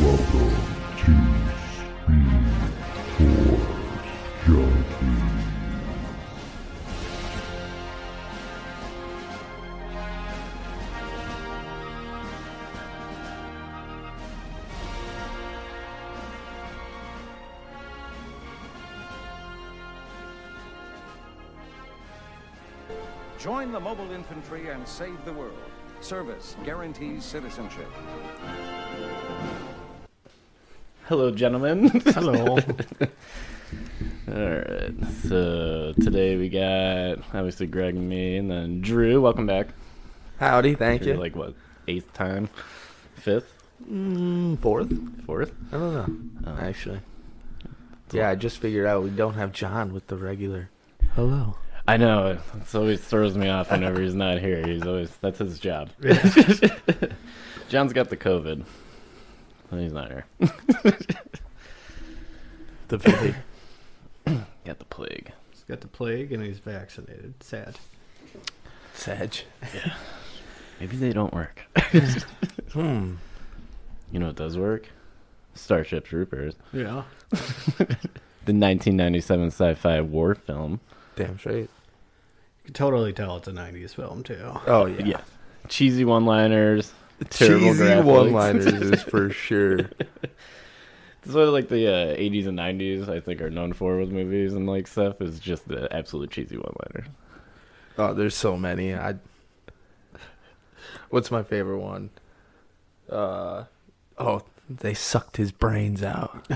Welcome to Speed Force Junkies. Join the mobile infantry and save the world. Service guarantees citizenship. Hello, gentlemen. All Hello. right. So today we got obviously Greg and me, and then Drew. Welcome back. Howdy, thank Drew, you. Like what? Eighth time? Fifth? mm, Fourth? Oh. Fourth? I don't know. Actually. Yeah, I just figured out we don't have John with the regular. Hello. I know. It always throws me off whenever he's not here. He's always that's his job. John's got the COVID. So he's not here. The baby. Got the plague. He's got the plague and he's vaccinated. Sad. Sedge. Maybe they don't work. Hmm. You know what does work? Starship Troopers, Yeah. the 1997 sci-fi war film. Damn straight. You can totally tell it's a 90s film, too. Oh, yeah. Yeah. Cheesy one-liners. terrible Cheesy graphics. one liners is for sure. That's what like the uh, 80s and 90s I think are known for with movies and like stuff is just the absolute cheesy one-liner. Oh, there's so many. I. What's my favorite one? Uh, oh, they sucked his brains out.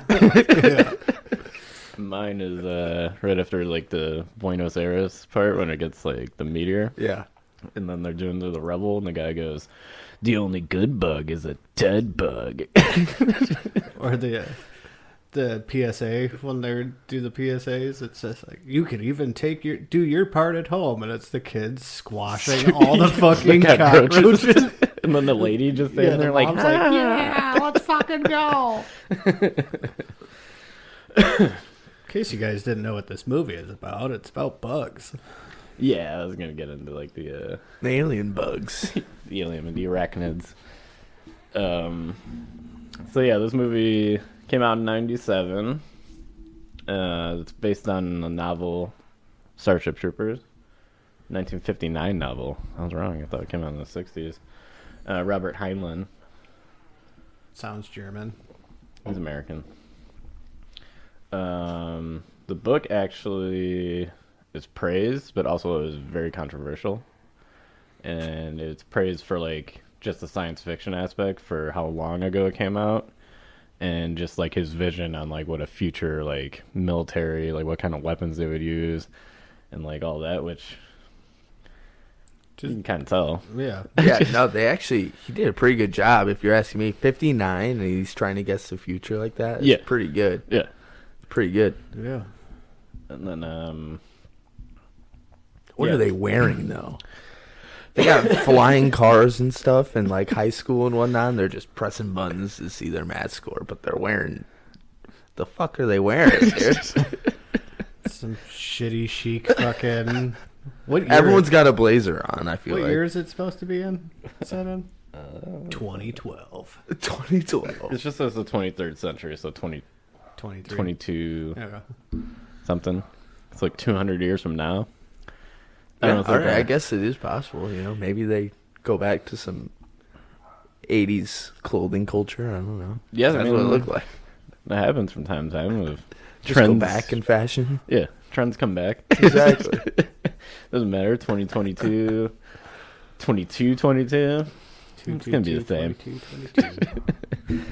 Mine is uh, right after like the Buenos Aires part when it gets like the meteor Yeah. and then they're doing the, the rebel and the guy goes, "The only good bug is a dead bug." Or the. Uh, the PSA when they do the PSAs, it says like you can even take your do your part at home, and it's the kids squashing all the fucking cockroaches. Cockroaches. and then the lady just standing Yeah, the there like, mom's "Ah." yeah, let's fucking go. In case you guys didn't know what this movie is about, it's about bugs. "Yeah, I was gonna get into like the." Uh, The alien bugs. the alien and the arachnids. Um, so yeah, this movie came out in '97. Uh, it's based on a novel, Starship Troopers, 1959 novel. I was wrong. I thought it came out in the '60s. Uh, Robert Heinlein, Sounds German. he's American. Um, the book actually is praised, but also it was very controversial. And it's praised for like just the science fiction aspect for how long ago it came out and just like his vision on like what a future like military, like what kind of weapons they would use and like all that, which you can kind of tell. Yeah, yeah, no, they actually he did a pretty good job. If you're asking me, 59, and he's trying to guess the future like that. It's Yeah. pretty good, Yeah. pretty good. yeah. And then, um, What Yeah. are they wearing though? They got flying cars and stuff, and like high school and whatnot. And they're just pressing buttons to see their math score, but they're wearing. The fuck are they wearing? Dude? Some shitty chic fucking. What year? Everyone's got a blazer on. I feel What like year is it supposed to be in? Is that in? 2012. 2012. it's just as the 23rd century, so 20, 23. 22. Yeah. something. It's like 200 years from now. I Yeah, don't know if all they're right, I gonna- guess it is possible. You know, maybe they go back to some 80s clothing culture. I don't know. Yeah, I that's mean, what it looked like. That happens from time to time. With Just trends go back in fashion. yeah, trends come back. Exactly. Doesn't matter. 2022, 22, 22. It's gonna be the same. 22, 22.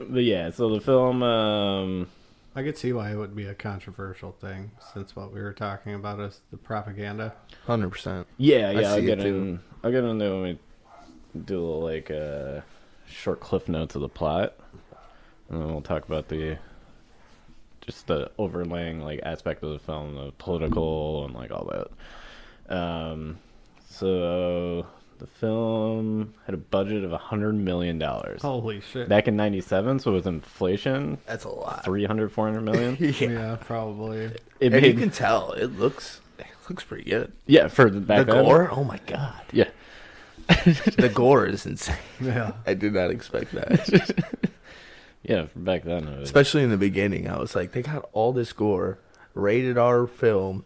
But yeah, so the film. Um, I could see why it would be a controversial thing, since what we were talking about is the propaganda. 100%. yeah, I yeah, I'll see it get too. in. I'll get into it when we do a little, like uh, short cliff notes of the plot, and then we'll talk about the just the overlaying like aspect of the film, the political and like all that. Um, so the film had a budget of a hundred million dollars Oh. Holy shit. back in '97. So with inflation, That's a lot. 300, 400 million. yeah. Yeah. probably. It And you made, can tell it looks it looks pretty good. yeah, for the back the then. gore? Oh my god. Yeah. the gore is insane. Yeah. I did not expect that. Yeah, from back then. It was, Especially in the beginning, I was like, they got all this gore, rated R film.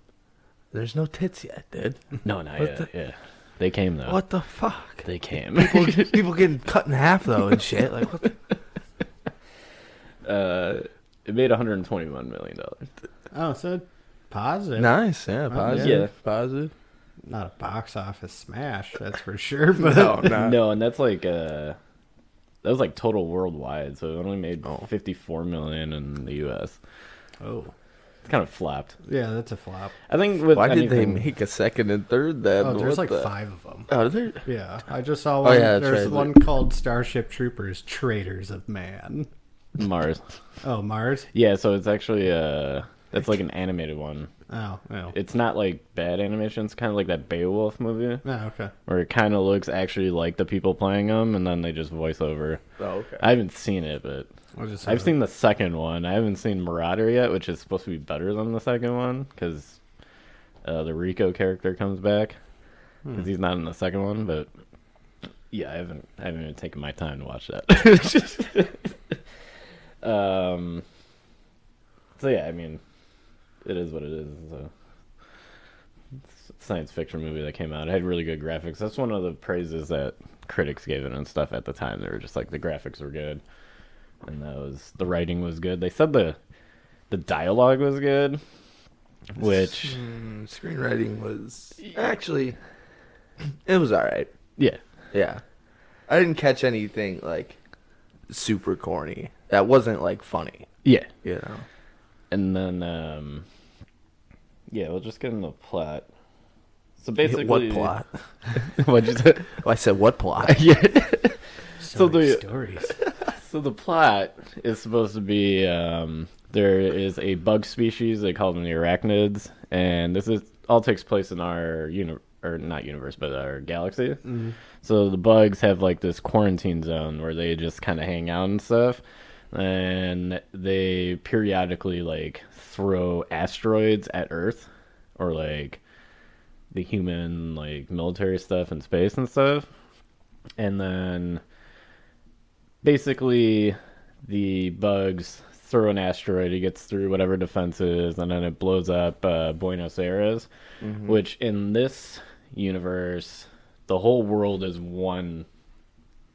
There's no tits yet, dude. no, not What yet. the- Yeah, they came though. What the fuck? They came. People, people getting cut in half though and shit. Like what? The, uh, it made 121 million dollars. Oh, so positive. nice, yeah, positive, yeah. positive. Not a box office smash, that's for sure. But No, no. no, and that's like uh, that was like total worldwide. So it only made Oh. 54 million in the U.S. oh, It's kind of flopped. yeah, that's a flop. I think with Why did they anything- make a second and third then? Oh, there's What like the- five of them. Oh, there. Yeah, I just saw one. yeah, that's there's right. one called Starship Troopers: Traitors of Man. Mars? Oh, Mars. Yeah, so it's actually uh, that's like an animated one. Oh, oh, It's not like bad animation. It's kind of like that Beowulf movie oh okay. where it kind of looks actually like the people playing them, and then they just voice over. Oh, okay. I haven't seen it, but I just I've seen the second one. I haven't seen Marauder yet, which is supposed to be better than the second one because uh, the Rico character comes back because he's not in the second one. But yeah, I haven't I haven't even taken my time to watch that. um. So yeah, I mean, it is what it is. It's a science fiction movie that came out. It had really good graphics. That's one of the praises that critics gave it and stuff at the time. They were just like the graphics were good and that was the writing was good. They said the the dialogue was good, Hmm, which Mm, screenwriting was actually, it was all right. yeah, Yeah, I didn't catch anything like super corny. That wasn't like funny. yeah. You know. And then um, yeah, we'll just get into the plot. So basically, what plot? Oh, What'd you say? I said what plot? yeah. so so many the- stories. So the plot is supposed to be um, there is a bug species they call them the arachnids, and this is all takes place in our uni- or not universe, but our galaxy. So the bugs have like this quarantine zone where they just kind of hang out and stuff, and they periodically like throw asteroids at Earth, or like the human like military stuff in space and stuff, and then basically the bugs throw an asteroid it gets through whatever defenses and then it blows up uh, buenos aires which in this universe the whole world is one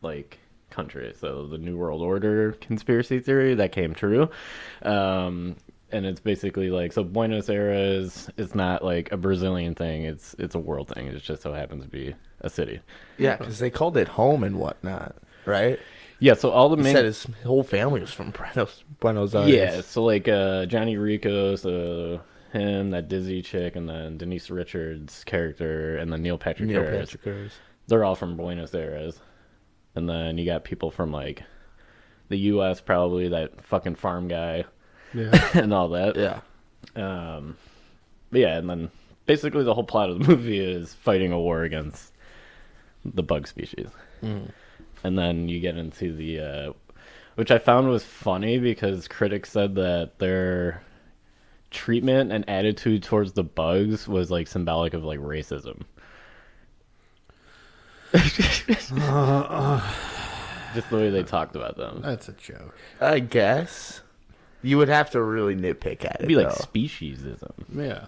like country so the new world order conspiracy theory that came true um and it's basically like so buenos aires is not like a brazilian thing it's it's a world thing it just so happens to be a city yeah, because they called it home and whatnot, right? yeah so all the He main said his whole family was from Buenos, Buenos Aires. Yeah, so like uh, Johnny Rico, so him, that Dizzy chick, and then Denise Richards' character, and then Neil Patrick Neil Harris. Patrick Harris. They're all from Buenos Aires, and then you got people from like the U.S. probably that fucking farm guy Yeah, and all that. Yeah. Um, but yeah, and then basically the whole plot of the movie is fighting a war against the bug species, and then you get into the, uh, which I found was funny because critics said that their treatment and attitude towards the bugs was like symbolic of like racism. Just the way they talked about them. that's a joke. I guess you would have to really nitpick at it. It'd be like though. speciesism. Yeah,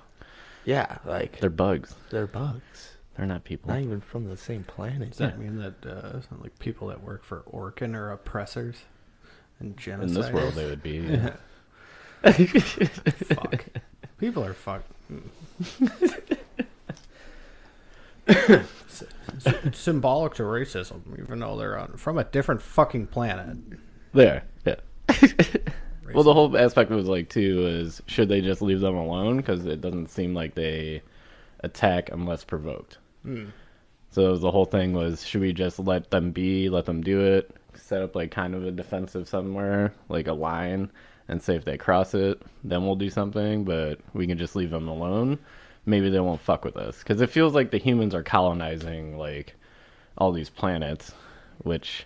yeah, like They're bugs. they're bugs, They're not people. not even from the same planet. does that mean that uh, like people that work for Orkin are oppressors and genocides? In this world, they would be. yeah. fuck. People are fucked. S- s- symbolic to racism, even though they're on from a different fucking planet. There. Yeah. Well, the Racism. whole aspect was like too is should they just leave them alone because it doesn't seem like they attack unless provoked. So the whole thing was should we just let them be, let them do it, set up like kind of a defensive somewhere, like a line, and say if they cross it, then we'll do something. But we can just leave them alone. Maybe they won't fuck with us because it feels like the humans are colonizing like all these planets, which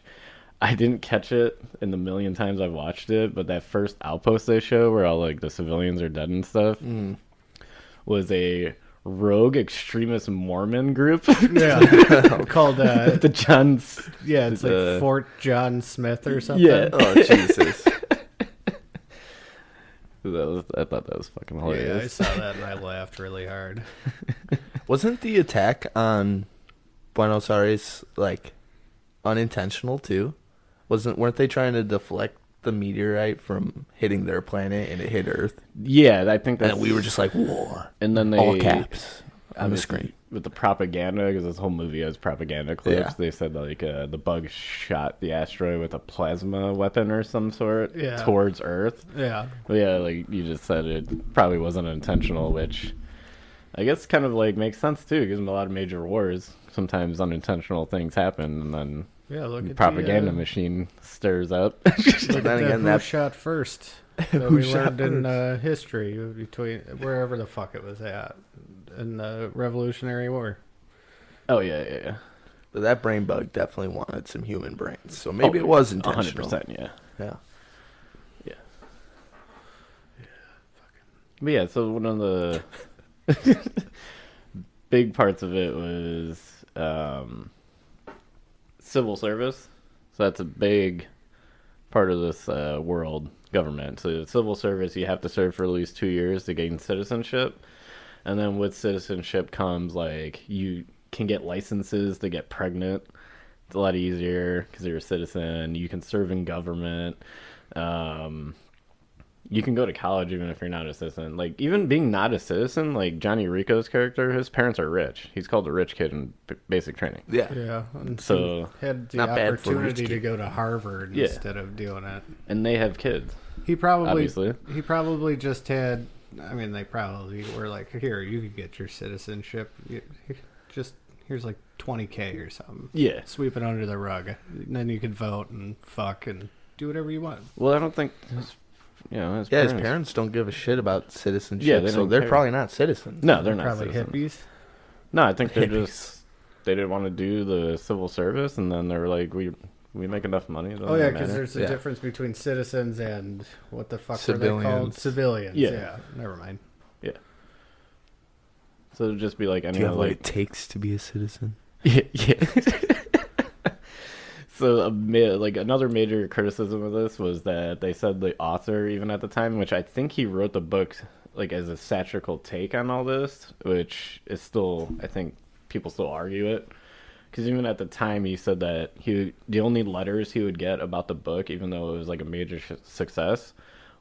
I didn't catch it in the million times I've watched it, but that first outpost they show where all like the civilians are dead and stuff was a rogue extremist Mormon group. Yeah, called uh, the Johns. yeah, it's Uh, like Fort John Smith or something. Yeah. Oh Jesus! That was, I thought that was fucking yeah, I hilarious. saw that and I laughed really hard. Wasn't the attack on Buenos Aires like unintentional too? Wasn't weren't they trying to deflect the meteorite from hitting their planet and it hit Earth? Yeah, I think And that then we were just like war, and then they all caps on the obviously, screen. with the propaganda because this whole movie has propaganda clips. Yeah. They said like uh, the bug shot the asteroid with a plasma weapon or some sort Yeah. towards Earth. Yeah, But yeah, like you just said, it probably wasn't intentional, which I guess kind of like makes sense too. Because in a lot of major wars, sometimes unintentional things happen, and then yeah. Look the at propaganda the, uh, machine stirs up. Look Then at again, who that- shot first? That Who we shot learned in uh, history between wherever the fuck it was at in the Revolutionary War. oh yeah, yeah, yeah. But that brain bug definitely wanted some human brains, so maybe it was A Oh, hundred intentional. percent, yeah. Yeah. But yeah, so one of the big parts of it was um, civil service. So that's a big part of this uh, world government. So civil service, you have to serve for at least two years to gain citizenship, and then with citizenship comes like you can get licenses to get pregnant. It's a lot easier because you're a citizen. You can serve in government. Um, you can go to college even if you're not a citizen. Like even being not a citizen, like Johnny Rico's character, his parents are rich. He's called the rich kid in b- basic training. Yeah. Yeah, and So had the Not bad for a rich opportunity to kid. go to Harvard Yeah. instead of doing it. and they have kids. He probably Obviously. he probably just had. I mean, they probably were like, "Here, you could get your citizenship. You- here- Just here's like 20k or something. Yeah. Sweep it under the rug, and then you could vote and fuck and do whatever you want." Well, I don't think his, you know, his Yeah, parents. his parents don't give a shit about citizenship, Yeah, they so don't they're care. probably not citizens. No, they're not Probably citizens. hippies. No, I think they're Hippies. just they didn't want to do the civil service, and then they were like, we we make enough money. it doesn't Oh yeah, matter. because there's a Yeah. difference between citizens and what the fuck were they called? Civilians. Civilians. Yeah. Yeah. Never mind. yeah. So it'd just be like any Do you have like what it takes to be a citizen? Yeah. yeah. so, a ma- like another major criticism of this was that they said the author, even at the time, which I think he wrote the book like as a satirical take on all this, which is still, I think, people still argue it. Because even at the time, he said that he the only letters he would get about the book, even though it was like a major sh- success,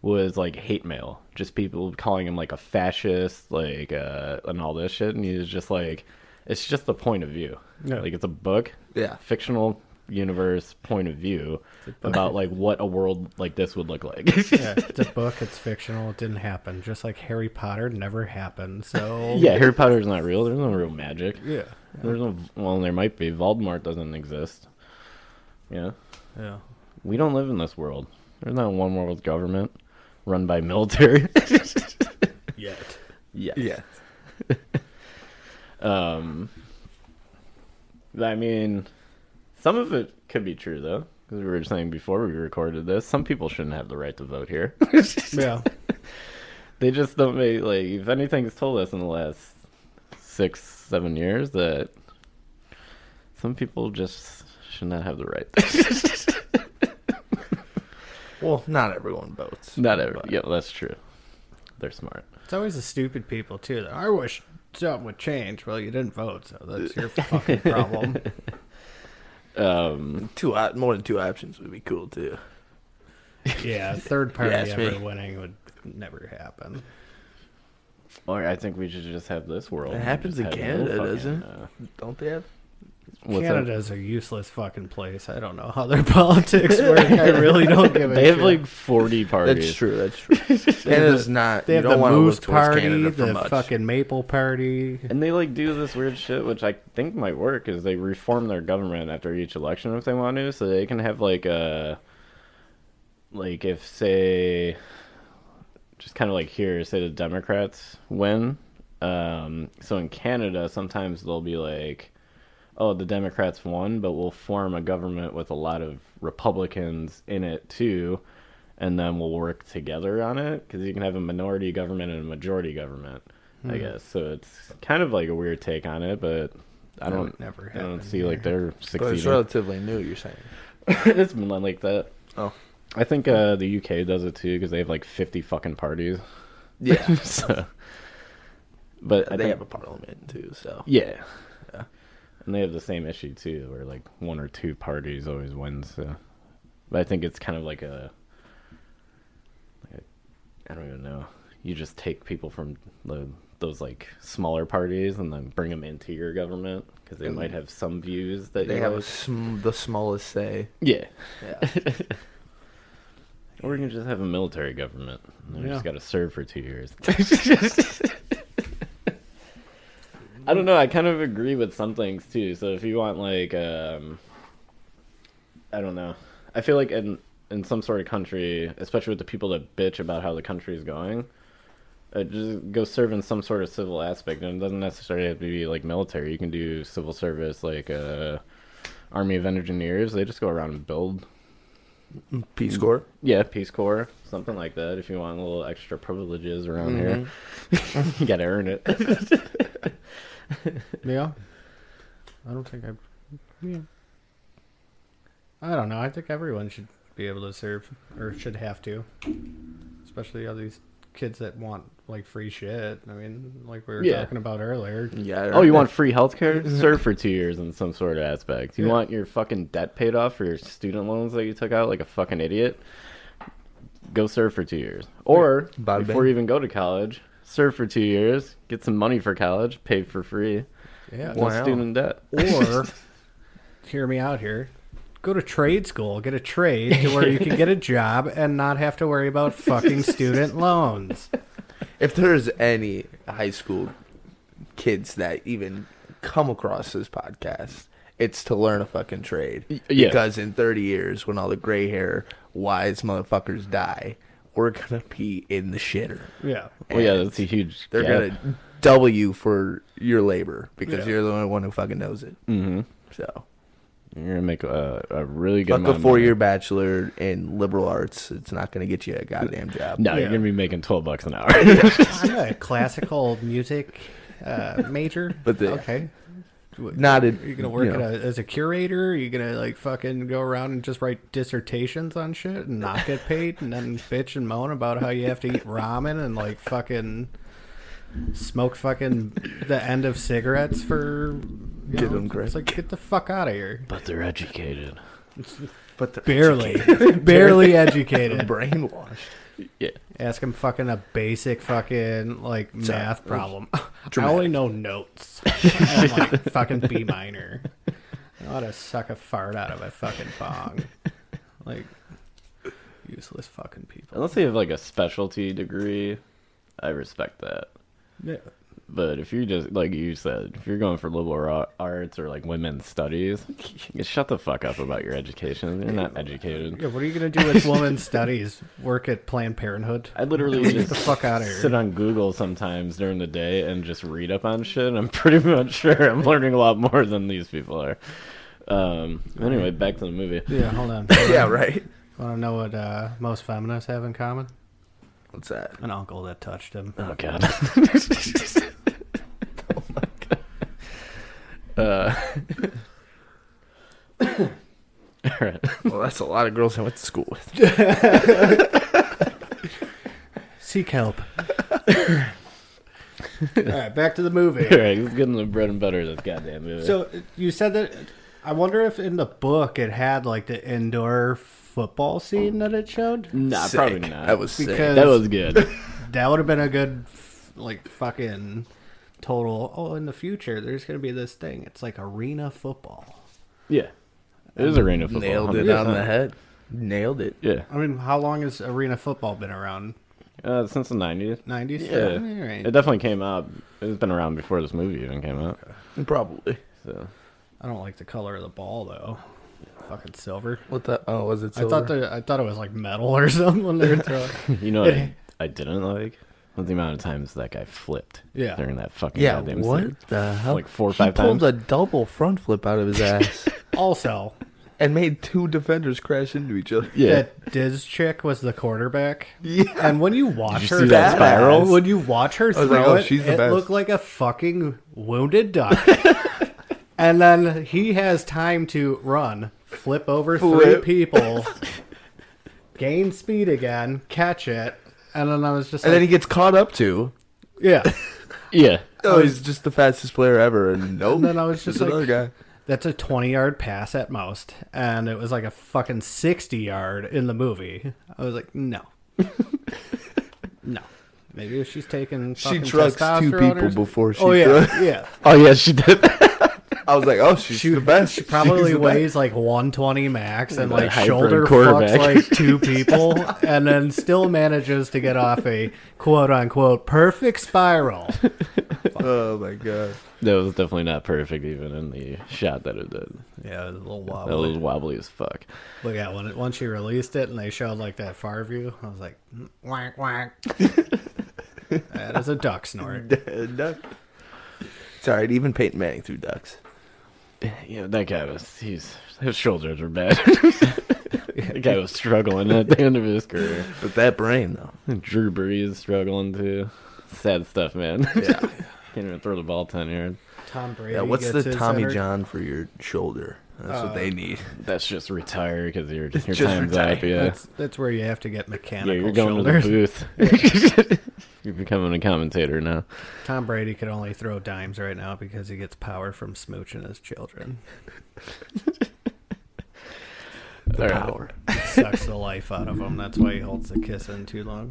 was like hate mail, just people calling him like a fascist, like uh, and all this shit. And he was just like, it's just the point of view. Yeah. Like it's a book, Yeah. fictional universe point of view about like what a world like this would look like. Yeah, it's a book. It's fictional. It didn't happen. Just like Harry Potter never happened. So yeah, Harry Potter's not real. There's no real magic. yeah, There's no. Well, there might be. Voldemort doesn't exist. Yeah. yeah. We don't live in this world. There's not one world government run by military. Yet. yes. Yeah. Um. I mean, some of it could be true though, because we were saying before we recorded this, some people shouldn't have the right to vote here. Yeah. they just don't make like if anything's told us in the last six seven years that some people just should not have the right Well, not everyone votes. not ever But- yeah that's true they're smart It's always the stupid people too. that, I wish something would change. Well, you didn't vote, so that's your fucking problem. um Two op- more than two options would be cool too. Yeah, third party ask ever me. winning would never happen. or i think we should just have this world It and happens just in have no Canada, fucking, doesn't it? uh, Don't they have? what's that? Canada's a useless fucking place. I don't know how their politics work. I really don't give a they have shit. like 40 parties That's true. That's true. Canada's not. They you have don't the want to Moose look towards Party, Canada for the much. fucking Maple Party. And they like do this weird shit, which I think might work, is they reform their government after each election if they want to, so they can have like a, like if say, just kind of like here, say the Democrats win. Um, so in Canada, sometimes they'll be like, oh, the Democrats won, but we'll form a government with a lot of Republicans in it too, and then we'll work together on it because you can have a minority government and a majority government. Hmm. I guess. So it's kind of like a weird take on it, but I That don't would never I don't happen see like they're But it's succeeding. relatively new. You're saying? it's been like that. Oh, I think uh, the UK does it too because they have like 50 fucking parties. yeah. so, but I they think, have a parliament too, so yeah. and they have the same issue too, where like one or two parties always wins. So, but I think it's kind of like a, like a I don't even know. You just take people from the those like smaller parties and then bring them into your government because they might have some views that they you have a like. sm- the smallest say. yeah. Yeah. Or you can just have a military government. And they Yeah. just got to serve for two years. I don't know. I kind of agree with some things too. So if you want, like, um, I don't know. I feel like in in some sort of country, especially with the people that bitch about how the country is going, uh, just go serve in some sort of civil aspect, and it doesn't necessarily have to be like military. You can do civil service, like uh, Army of Engineers. They just go around and build Peace Corps. yeah, Peace Corps, something like that. If you want a little extra privileges around here, Mm-hmm. you gotta earn it. Yeah. I don't think I. Yeah. I don't know. I think everyone should be able to serve or should have to, especially all these kids that want like free shit. I mean, like we were Yeah. talking about earlier. Yeah. oh, you want free healthcare? Serve for two years in some sort of aspect. You Yeah. want your fucking debt paid off for your student loans that you took out like a fucking idiot? Go serve for two years, or Bada before you bing. even go to college, serve for two years, get some money for college, paid for free, Yeah. no student debt. Or hear me out here. Go to trade school, get a trade to where you can get a job and not have to worry about fucking student loans. If there's any high school kids that even come across this podcast, it's to learn a fucking trade. yeah. Because in 30 years, when all the gray hair, wise motherfuckers die, we're going to be in the shitter. Yeah. well, Oh, yeah, that's a huge. They're gap. going to double you for your labor because Yeah. you're the only one who fucking knows it. Mm-hmm. So, You're gonna make a, a really good. fuck amount a of four money. year bachelor in liberal arts. It's not going to get you a goddamn job. No, Yeah. you're gonna be making twelve bucks an hour. I'm a classical music uh, major. But the- okay. Not in, Are you gonna work you know, at a, as a curator? Are you gonna like fucking go around and just write dissertations on shit and not get paid, and then bitch and moan about how you have to eat ramen and like fucking smoke fucking the end of cigarettes for you Get know, them It's cracked. like get the fuck out of here. but they're educated. but the Barely, barely educated. brainwashed. Yeah. Ask him fucking a basic fucking like math problem. I Dramatic. only know notes. I'm like fucking B minor. I know how to suck a fart out of a fucking bong. Like useless fucking people. Unless they have like a specialty degree, I respect that. Yeah. But if you're just like you said, if you're going for liberal ar- arts or like women's studies, you shut the fuck up about your education. You're not educated. Yeah, what are you gonna do with women's studies? Work at Planned Parenthood? I literally Get the just fuck out of sit here. on Google sometimes during the day and just read up on shit. and I'm pretty much sure I'm learning a lot more than these people are. Um, anyway, back to the movie. Yeah, hold on. Yeah, right. Wanna know what uh, most feminists have in common? What's that? An uncle that touched him. Oh god. Uh, all right. Well, that's a lot of girls I went to school with. Seek help. All right, back to the movie. All right. Let's get into the bread and butter of this goddamn movie. So you said that. I wonder if in the book it had like the indoor football scene that it showed. nah, Sick. probably not. That was sick. Because- that was good. That would have been a good, f- like fucking total. Oh, in the future there's gonna be this thing. It's like arena football. yeah. It was arena football. nailed it 100%. on the head. Nailed it. Yeah. I mean, how long has arena football been around? Uh, since the nineties. Nineties. Yeah. It definitely came out. It's been around before this movie even came out. Probably. So I don't like the color of the ball though. Fucking silver. What the? Oh, was it? I thought silver? the, I thought it was like metal or something. when they were throwing- you know, what I, I didn't like was the amount of times that guy flipped. Yeah. During that fucking Yeah. Goddamn What scene. the hell? Like four or He five pulled times. a double front flip out of his ass. also, and made two defenders crash into each other. Yeah. That Diz chick was the quarterback. Yeah. And when you watch Did you her see that Badass. spiral? when you watch her throw was like, oh, it, she's the it best. looked like a fucking wounded duck. and then he has time to run, flip over Flip. three people, gain speed again, catch it, and then I was just And then he like, gets caught up to. yeah. Yeah. Oh, he's just the fastest player ever, and nope. And then I was just there's like- another guy. That's a 20 yard pass at most. And it was like a fucking 60 yard in the movie. I was like, no. no. Maybe if she's taking. She fucking trucks two testosterone people or- before she Oh, yeah. throws- yeah. Oh yeah, she did. I was like, oh, she's the best. She Probably weighs like 120 max and like hybrid shoulder fucks quarterback. like two people and then still manages to get off a quote unquote perfect spiral. Oh my god. that was definitely not perfect, even in the shot that it did. Yeah, it was a little That wobbly. was wobbly as fuck. But yeah, when it, once she released it and they showed like that far view, I was like, "Mm, whack whack. that is a duck snort. Duck. It's all right. Even Peyton Manning threw ducks. Yeah, that guy was. He's his shoulders were bad. that guy was struggling at the end of his career. But that brain, though. Drew Brees is struggling too. Sad stuff, man. Yeah. Can't even throw the ball ten yards. Tom Brady. Yeah, what's gets the his Uh, Tommy center- John for your shoulder? That's what they need. That's just retire because your your just time's up. retire. Yeah, That's that's where you have to get yeah, mechanical you're going shoulders. to the booth. you're becoming a commentator now. Tom Brady could only throw dimes right now because he gets power from smooching his children. All right. Power. It sucks the life out of him. That's why he holds the kiss in too long.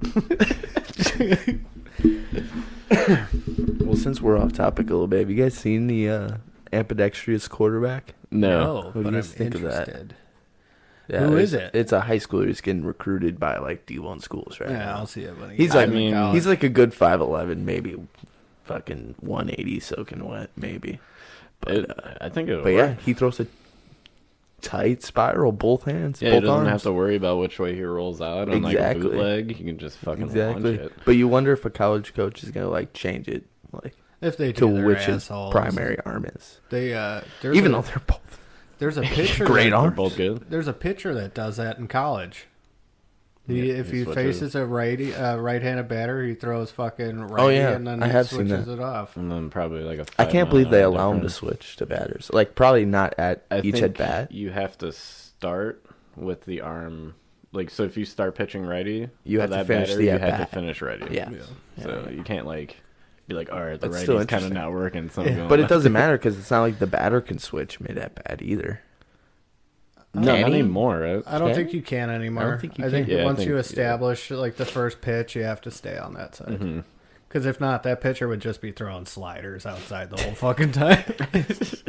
Well, since we're off topic a little bit, have you guys seen the uh, ambidextrous quarterback? No, Oh, do you but I'm guys think of that? interested. Yeah, Who is it's- it? It's a high schooler who's getting recruited by like D one schools right Yeah, now. I'll see it when he He's gets like back in mean, college. he's like a good five eleven, maybe fucking one eighty soaking wet, maybe. It- I think it. But uh, yeah, he throws a tight spiral both hands. Yeah, both he doesn't arms. have to worry about which way he rolls out on like a Exactly. bootleg. He can just fucking exactly. launch it. But you wonder if a college coach is gonna like change it like if they to do their which his assholes. primary arm is. They uh, there's Even though a, they're both there's a picture great that- They're arms. both good. There's a pitcher that does that in college. He, Yeah, if he he switches. faces a righty, uh, right-handed batter, he throws fucking Oh, righty yeah, and then I he have seen switches that. it off. And then probably like a. I five can't believe mile they allow him to difference. switch to batters. Like probably not at I each at think bat. You have to start with the arm. Like so, if you start pitching righty, You for have to that finish batter, the you at have to bat. finish righty. Yeah. So you can't like be like, all right, the That's still righty's kind of interesting. not working. So I'm going But it left." doesn't matter because it's not like the batter can switch mid at bat either. No, Can not he? anymore. Right? I don't Can think you? you can anymore. I think think, you can. Yeah, I once think- you yeah. establish like the first pitch, you have to stay on that side. Mm-hmm. Because if not, that pitcher would just be throwing sliders outside the whole fucking time. At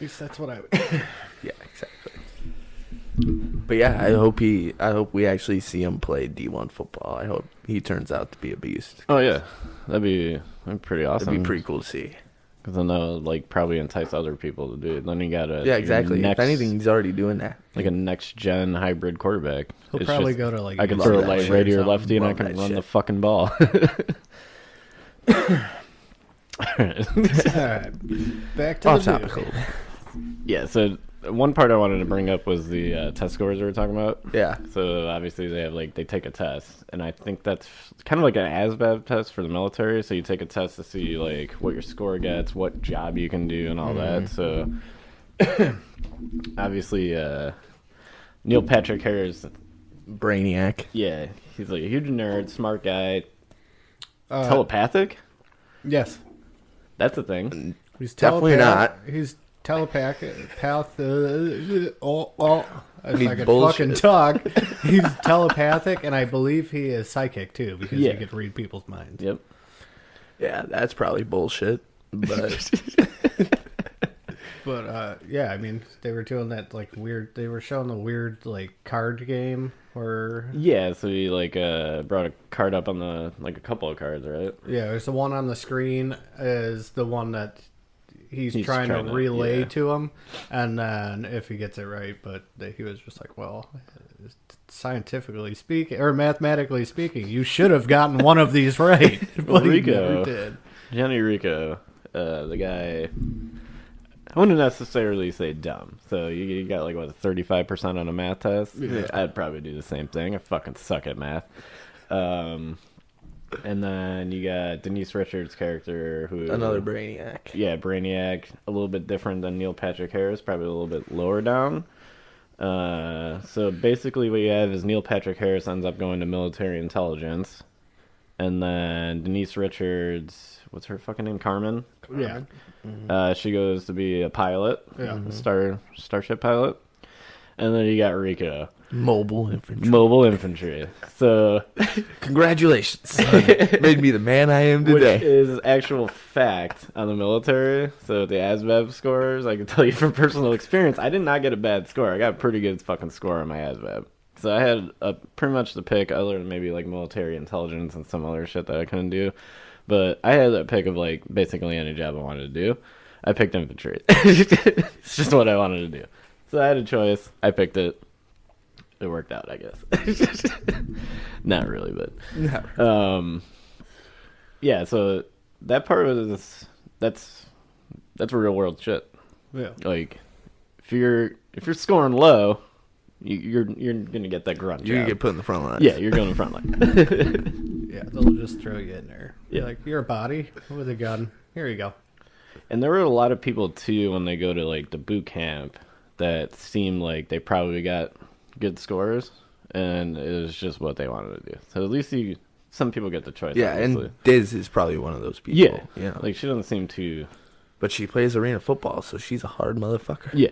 least that's what I would. Yeah, exactly. But yeah, I hope he. I hope we actually see him play D one football. I hope he turns out to be a beast. Oh yeah, that'd be that'd be pretty awesome. That'd be pretty cool to see. Because then that would like probably entice other people to do it. Then you got a Yeah, exactly. Next, if anything, he's already doing that. like a next gen hybrid quarterback. He'll It's probably just, go to like. I can UCLA throw that like shit righty or or lefty, something. and I Love can that run shit. the fucking ball. All right, back to Off the topic. a movie. little bit. yeah. So one part I wanted to bring up was the uh, test scores we were talking about. Yeah. So obviously they have like they take a test, and I think that's kind of like an ASVAB test for the military. So you take a test to see like what your score gets, what job you can do, and all that. Mm-hmm. So obviously uh, Neil Patrick Harris, Brainiac. yeah, he's like a huge nerd, smart guy, telepathic. Yes, That's a thing. he's Definitely telepath- He's telepathic. Path. Uh, oh, oh. If mean, I could fucking bullshit. talk, he's telepathic, and I believe he is psychic too because Yeah. he could read people's minds. Yep. Yeah, that's probably bullshit. But But uh, yeah, I mean, they were doing that like weird. They were showing the weird like card game or Yeah, so he like uh brought a card up on the like a couple of cards, right? yeah, there's the one on the screen is the one that he's, He's trying, trying to to- relay yeah. to him, and then if he gets it right, but th- he was just like, well. Scientifically speaking, or mathematically speaking, you should have gotten one of these right, but he Rico. never did. Johnny Rico, uh the guy I wouldn't necessarily say dumb. So you, you got like what thirty five percent on a math test. I'd probably do the same thing. I fucking suck at math. Um, and then you got Denise Richards' character, who Another brainiac. yeah, Brainiac, a little bit different than Neil Patrick Harris, probably a little bit lower down. Uh, so basically, what you have is Neil Patrick Harris ends up going to military intelligence, and then Denise Richards, what's her fucking name, Carmen? Yeah. Uh, she goes to be a pilot, Yeah. a star starship pilot, and then you got Rico, Mobile infantry. mobile infantry. So Congratulations. son. Made me the man I am which today. is actual fact on the military. So the ASVAB E scores, I can tell you from personal experience, I did not get a bad score. I got a pretty good fucking score on my ASVAB. E So I had a, pretty much the pick, other than maybe like military intelligence and some other shit that I couldn't do. But I had that pick of like basically any job I wanted to do. I picked infantry. it's just what I wanted to do. So I had a choice. I picked it. It worked out, I guess. not really, but um, yeah. So that part was that's that's real world shit. Yeah. Like if you're if you're scoring low, you, you're you're gonna get that grunt. You job. get put in the front line. yeah, you're going to front line. Yeah. They'll just throw you in there. Yeah. Like, you're a body with a gun. Here you go. and there were a lot of people too when they go to like the boot camp that seemed like they probably got good scores, and it was just what they wanted to do. So at least you some people get the choice. Yeah, and obviously. Diz is probably one of those people. yeah, Yeah. Like she doesn't seem too but she plays arena football, so she's a hard motherfucker. yeah.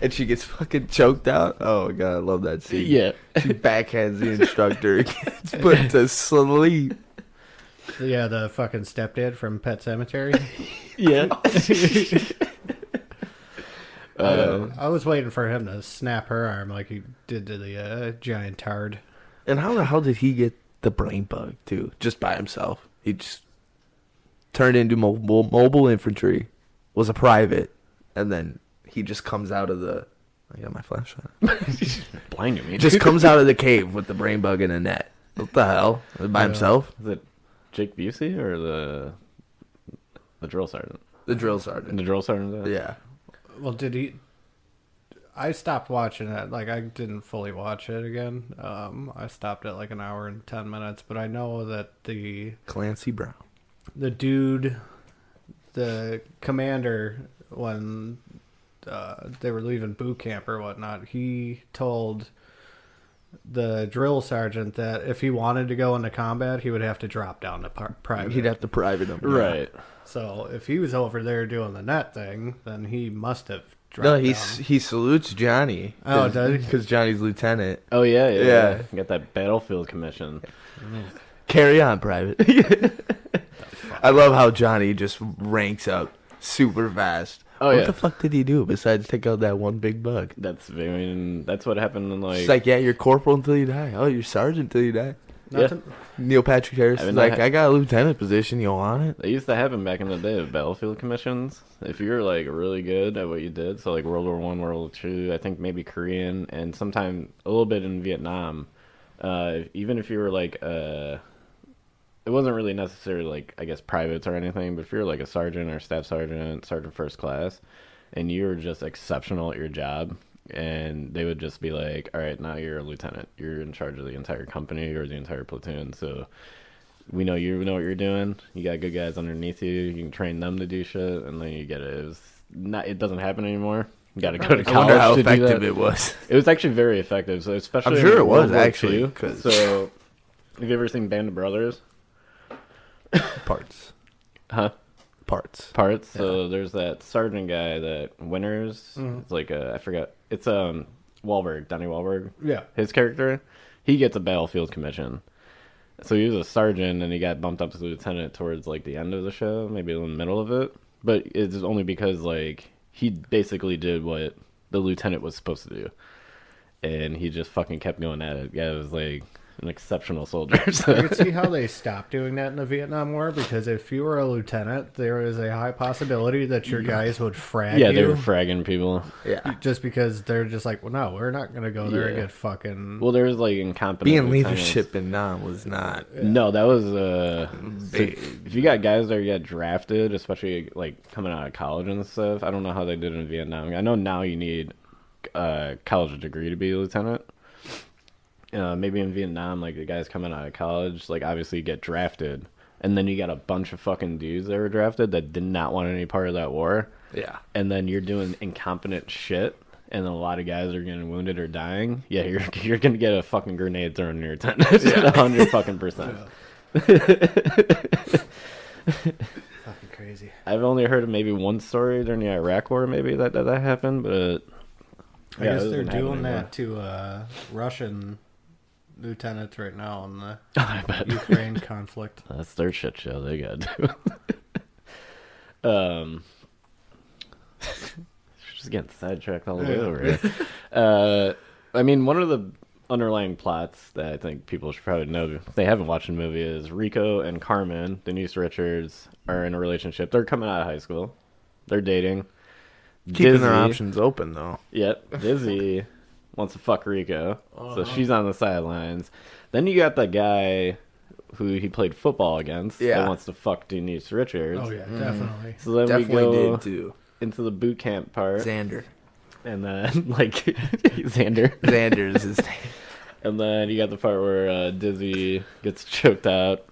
And she gets fucking choked out. Oh god, I love that scene. Yeah. She backhands the instructor, gets put to sleep. Yeah, the fucking stepdad from Pet Cemetery. Yeah. I was waiting for him to snap her arm like he did to the uh, giant tard. And how the hell did he get the brain bug too? Just by himself. He just turned into mobile, mobile infantry, was a private, and then he just comes out of the. I got my flashlight. Blinding me. He just comes out of the cave with the brain bug in a net. What the hell? By himself? Is it Jake Busey or the the drill sergeant? The drill The sergeant. drill sergeant. uh, Yeah. Well, did he? I stopped watching it. Like I didn't fully watch it again. Um, I stopped at like an hour and ten minutes. But I know that the Clancy Brown. the dude, the commander, when uh, they were leaving boot camp or whatnot, he told the drill sergeant that if he wanted to go into combat, he would have to drop down to par- private. He'd have to private him. Right. So if he was over there doing the net thing, then he must have dropped No, he he's s- he salutes Johnny. Oh, does he? Because Johnny's lieutenant. Oh yeah, yeah. Yeah. yeah. Got that battlefield commission. Carry on, private. I love how Johnny just ranks up super fast. Oh, what yeah. the fuck did he do besides take out that one big bug? That's I mean that's what happened in like, It's like, yeah, you're corporal until you die. Oh, you're sergeant until you die. yeah. Neil Patrick Harris I is mean, like, that- I got a lieutenant position. You want it? They used to happen back in the day of battlefield commissions. If you were like really good at what you did, so like World War One, World War Two, I think maybe Korean, and sometime a little bit in Vietnam. Uh, even if you were like, uh, it wasn't really necessarily like I guess privates or anything, but if you're like a sergeant or staff sergeant, sergeant first class, and you were just exceptional at your job, and they would just be like, "All right, now you're a lieutenant. You're in charge of the entire company or the entire platoon." So we know you know what you're doing. You got good guys underneath you. You can train them to do shit, and then you get it. It was not. It doesn't happen anymore. You got to go to I wonder how college to do effective that. it was. It was actually very effective. So especially I'm sure in it was, World War actually, II. 'cause- So have you ever seen Band of Brothers? Parts. Huh? Parts. Parts. So there's that sergeant guy that Winters. It's like a, I forgot. It's um Wahlberg, Donnie Wahlberg. Yeah. His character, he gets a battlefield commission. So he was a sergeant and he got bumped up to lieutenant towards like the end of the show, maybe in the middle of it. But it's only because like he basically did what the lieutenant was supposed to do. And he just fucking kept going at it. Yeah, it was like an exceptional soldier. I So could see how they stopped doing that in the Vietnam War because if you were a lieutenant, there is a high possibility that your guys would frag yeah, you. they were fragging people. Yeah. just because they're just like, well, no, we're not gonna go there and Yeah. get fucking. Well, there was like incompetent Being lieutenants. leadership in Nam was not. No, that was uh, so if you got guys that got drafted, especially like coming out of college and stuff. I don't know how they did in Vietnam. I know now you need a college degree to be a lieutenant. Uh, maybe in Vietnam, like the guys coming out of college, like obviously get drafted, and then you got a bunch of fucking dudes that were drafted that did not want any part of that war Yeah. and then you're doing incompetent shit, and a lot of guys are getting wounded or dying. Yeah, you're you're gonna get a fucking grenade thrown in your tent, a hundred fucking percent. Fucking crazy. I've only heard of maybe one story during the Iraq War, maybe that that, that happened, but I Yeah, it guess doesn't they're happen doing anymore. that to uh, Russian lieutenants right now in the I bet Ukraine conflict. that's their shit show. They got to. do. um, just getting sidetracked all the way over here. Uh, I mean, one of the underlying plots that I think people should probably know if they haven't watched the movie is Rico and Carmen, Denise Richards, are in a relationship. They're coming out of high school. They're dating. Keeping Dizzy- their options open though. Yep. Dizzy wants to fuck Rico. Uh-huh. So she's on the sidelines. Then you got the guy who he played football against Yeah. that wants to fuck Denise Richards. Oh yeah, definitely. So then we Definitely go did too. into the boot camp part, Xander. and then like Xander, Xander is his name. and then you got the part where uh, Dizzy gets choked out.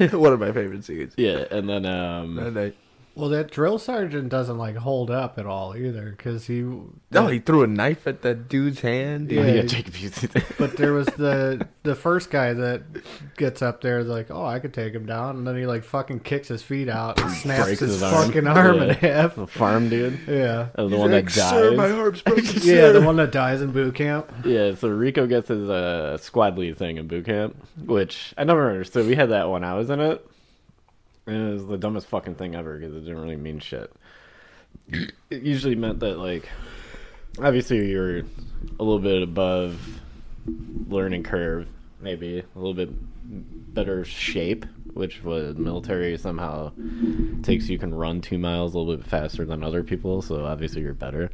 One of my favorite scenes. Yeah, and then um, And I- Well, that drill sergeant doesn't like hold up at all either because he. No, oh, he threw a knife at that dude's hand. Yeah. yeah, Jacob Busey. But there was the the first guy that gets up there like, oh, I could take him down, and then he like fucking kicks his feet out and snaps Breaks his, his arm. fucking arm in Yeah. Oh. half. the farm dude, Yeah. Uh, the He's one that like, "Sir, dies. my arm's broken, Yeah, the sir." one that dies in boot camp. Yeah, so Rico gets his uh, squad lead thing in boot camp, which I never understood. We had that when I was in it. And it was the dumbest fucking thing ever because it didn't really mean shit. It usually meant that, like, obviously you're a little bit above learning curve, maybe a little bit better shape, which was military somehow takes you can run two miles a little bit faster than other people, so obviously you're better.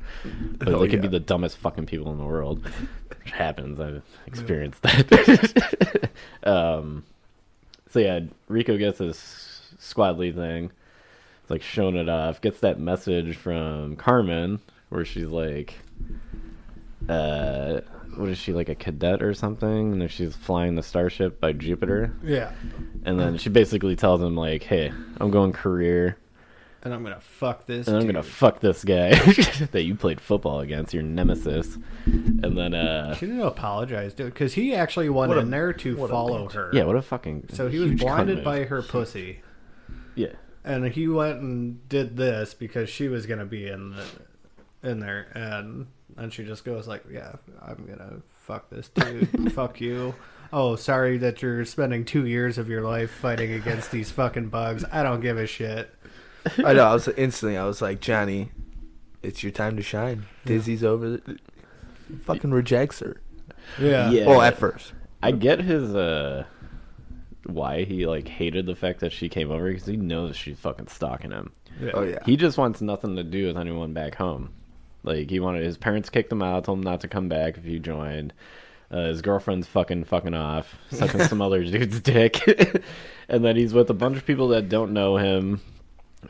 But Oh, they could be yeah. the dumbest fucking people in the world, which happens. I've experienced that. um, so yeah, Rico gets this squad lead thing. It's like showing it off. Gets that message from Carmen where she's like, uh, what is she like a cadet or something? And she's flying the starship by Jupiter. Yeah. And then she basically tells him like, "Hey, I'm going career, And I'm gonna fuck this. and I'm dude. gonna fuck this guy that you played football against, your nemesis." And then, uh, She didn't apologize, dude, because he actually went What a- in there to what a follow bitch. her. yeah, what a fucking so he was huge cunt blinded move. by her pussy, yeah, and he went and did this because she was gonna be in the, in there, and and she just goes like, "Yeah, I'm gonna fuck this dude. fuck you." Oh, sorry that you're spending two years of your life fighting against these fucking bugs. I don't give a shit. I know. I was instantly. I was like, Johnny, it's your time to shine. Dizzy's over. The, fucking rejects her. Yeah. Yeah. Well, at first, I get his uh, why he like hated the fact that she came over because he knows she's fucking stalking him. Yeah. oh yeah, He just wants nothing to do with anyone back home. Like he wanted his parents kicked him out, told him not to come back if he joined. Uh, his girlfriend's fucking fucking off, sucking some other dude's dick, and then he's with a bunch of people that don't know him.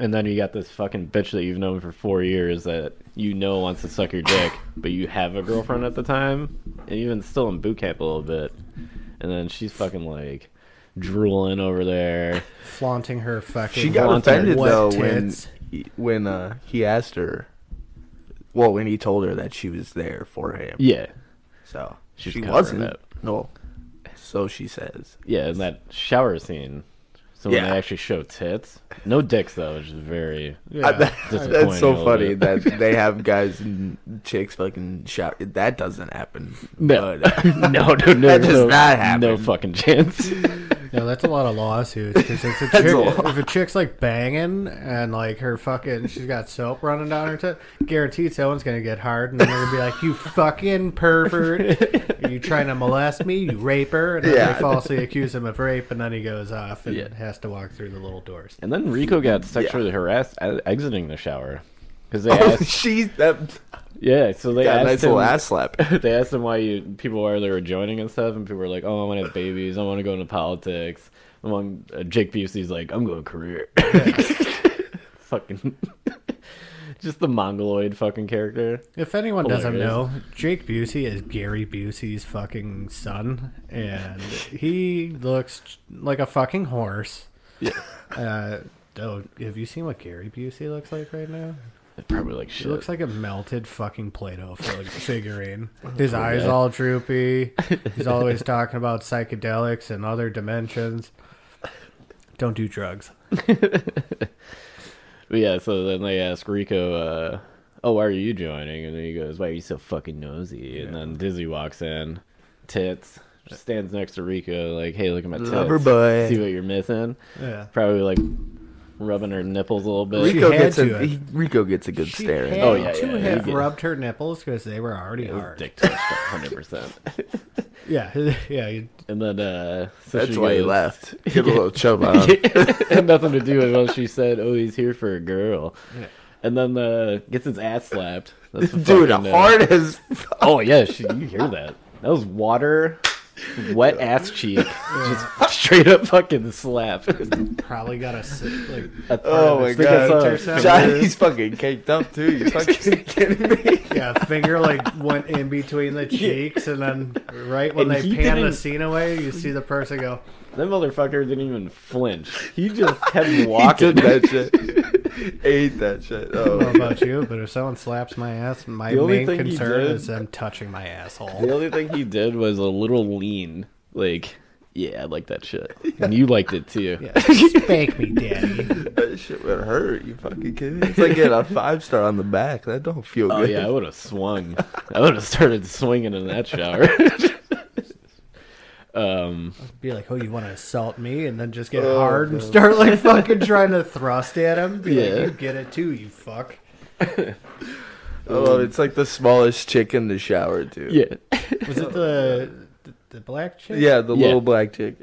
And then you got this fucking bitch that you've known for four years that you know wants to suck your dick, but you have a girlfriend at the time, and even still in boot camp a little bit. And then she's fucking like drooling over there. Flaunting her fucking. she got wanted offended wet though tits. when when uh, he asked her. Well, when he told her that she was there for him, Yeah, so She's she covering wasn't. up. No, so she says. Yeah, in that shower scene. So when Yeah. they actually show tits, no dicks though, which is very Yeah. that's, Disappointing a so little funny that bit. they have guys and chicks fucking shout. That doesn't happen. no, But- uh, no, no, no. That does no, not happen. No fucking chance. No, that's a lot of lawsuits because if, a That's chick- a lot. if a chick's like banging and like her fucking, she's got soap running down her tit, guaranteed someone's gonna get hard and then they're gonna be like, "You fucking pervert! Are you trying to molest me? You raper!" And then Yeah. they falsely accuse him of rape, and then he goes off and Yeah. has to walk through the little doors. And then Rico got sexually harassed e- exiting the shower because they Oh, asked, she that yeah, so they got a asked nice him, little ass slap. they asked him why you, people why they were joining and stuff, and people were like, "Oh, I want to have babies. I want to go into politics." Among uh, Jake Busey's like, "I'm going career." fucking, just the mongoloid fucking character. If anyone doesn't know, Hilarious. Jake Busey is Gary Busey's fucking son, and he looks j- like a fucking horse. Yeah. Uh, oh, have you seen what Gary Busey looks like right now? Probably like shit. He looks like a melted fucking Play-Doh fig- figurine. His eyes all droopy. He's always talking about psychedelics and other dimensions. Don't do drugs. But yeah, so then they ask Rico, uh, "Oh, why are you joining?" And then he goes, "Why are you so fucking nosy?" And then Dizzy walks in, tits, stands next to Rico, like, "Hey, look at my tits, Lover boy. See what you're missing." Yeah. Probably like rubbing her nipples a little bit. Rico had gets to a have- he, Rico gets a good She stare. had in. Oh, yeah, to yeah, have you get- rubbed her nipples because they were already It was hard. dick touched, hundred percent. Yeah, yeah. you- And then uh, so That's she why he goes- left. Get a little chub on. had nothing to do with what she said. Oh, he's here for a girl. And then uh, gets his ass slapped. That's Dude, fucking, uh, hard as fuck. Oh yeah, she, you hear that? That was water, wet ass cheek, just straight up fucking slap. probably got a si- like Oh my I think I god, saw a Johnny's fucking caked up too. You fucking kidding me? yeah a finger like went in between the cheeks and then right when And they he pan the didn't- scene away you see the person go That motherfucker didn't even flinch. He just kept walking. He took that shit. Ate that shit. I don't Oh, know about you but if someone slaps my ass my The only main thing he concern did- is them touching my asshole the only thing he did was a little lean. Like, yeah, I like that shit, and you liked it too. yeah, spank me daddy that shit would hurt. You fucking kidding me? It's like getting a five star on the back. That don't feel Oh good. yeah, I would have swung. I would have started swinging in that shower. um, be like oh you want to assault me and then just get Oh, hard and start like fucking trying to thrust at him be Yeah. like you get it too you fuck Oh, it's like the smallest chick in the shower, too. yeah, was it the the, the black chick Yeah, the Yeah. little black chick.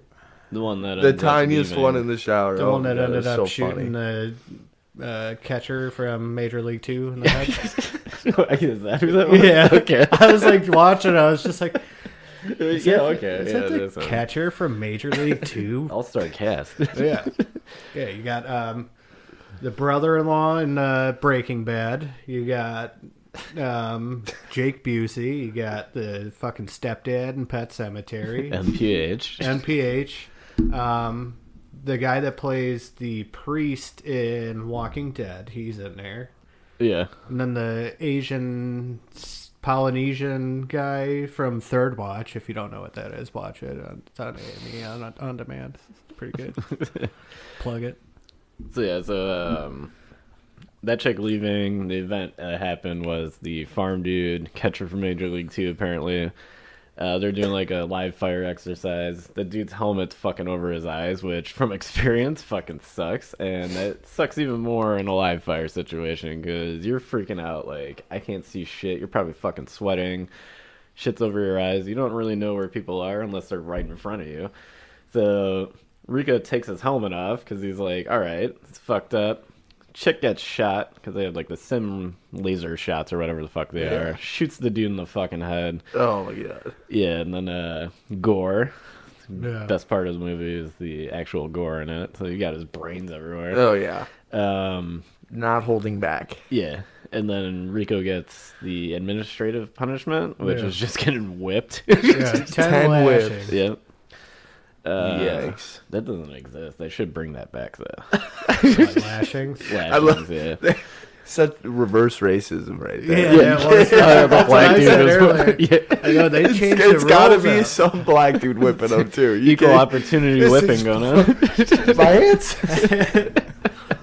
the one that uh, The ended up tiniest leaving. one in the shower. The Oh one my that God, ended that's so up shooting the uh, catcher from Major League Two in the head. Is that who that was? yeah. Okay. I was like watching. I was just like, yeah. Okay. Is yeah, that that's the one. catcher from Major League Two? All star cast. yeah, yeah. You got um, the brother-in-law in uh, Breaking Bad. You got um, Jake Busey. You got the fucking stepdad in Pet Cemetery. MPH. NPH. Um, the guy that plays the priest in Walking Dead, he's in there. Yeah. And then the Asian s- Polynesian guy from Third Watch. If you don't know what that is, watch it. on- It's on AME on, on demand. It's pretty good. Plug it. So yeah. So um, that chick leaving the event uh, happened was the farm dude catcher from Major League Two. Apparently, uh, they're doing like a live fire exercise. The dude's helmet's fucking over his eyes, which from experience fucking sucks, and it sucks even more in a live fire situation because you're freaking out. Like I can't see shit. You're probably fucking sweating. shits over your eyes. You don't really know where people are unless they're right in front of you. So Rico takes his helmet off because he's like, all right, it's fucked up. Chick gets shot because they have like the sim laser shots or whatever the fuck they are. Shoots the dude in the fucking head. funny. Oh, my God. Yeah, and then uh, gore. Yeah. Best part of the movie is the actual gore in it. So you got his brains everywhere. Oh, yeah. Um, Not holding back. yeah, and then Rico gets the administrative punishment, which Yeah. is just getting whipped. Yeah, ten, 10 lashings. whips. Yep. Uh, Yikes. That doesn't exist. They should bring that back though. Ten lashings. Lashings, love- yeah. Such reverse racism right there. Yeah, that was- Uh, the I black dude said is- earlier. yeah. I know they It's, changed it's the gotta rules be up. some black dude whipping them too. You Equal can't- opportunity This whipping is- going on. My hands?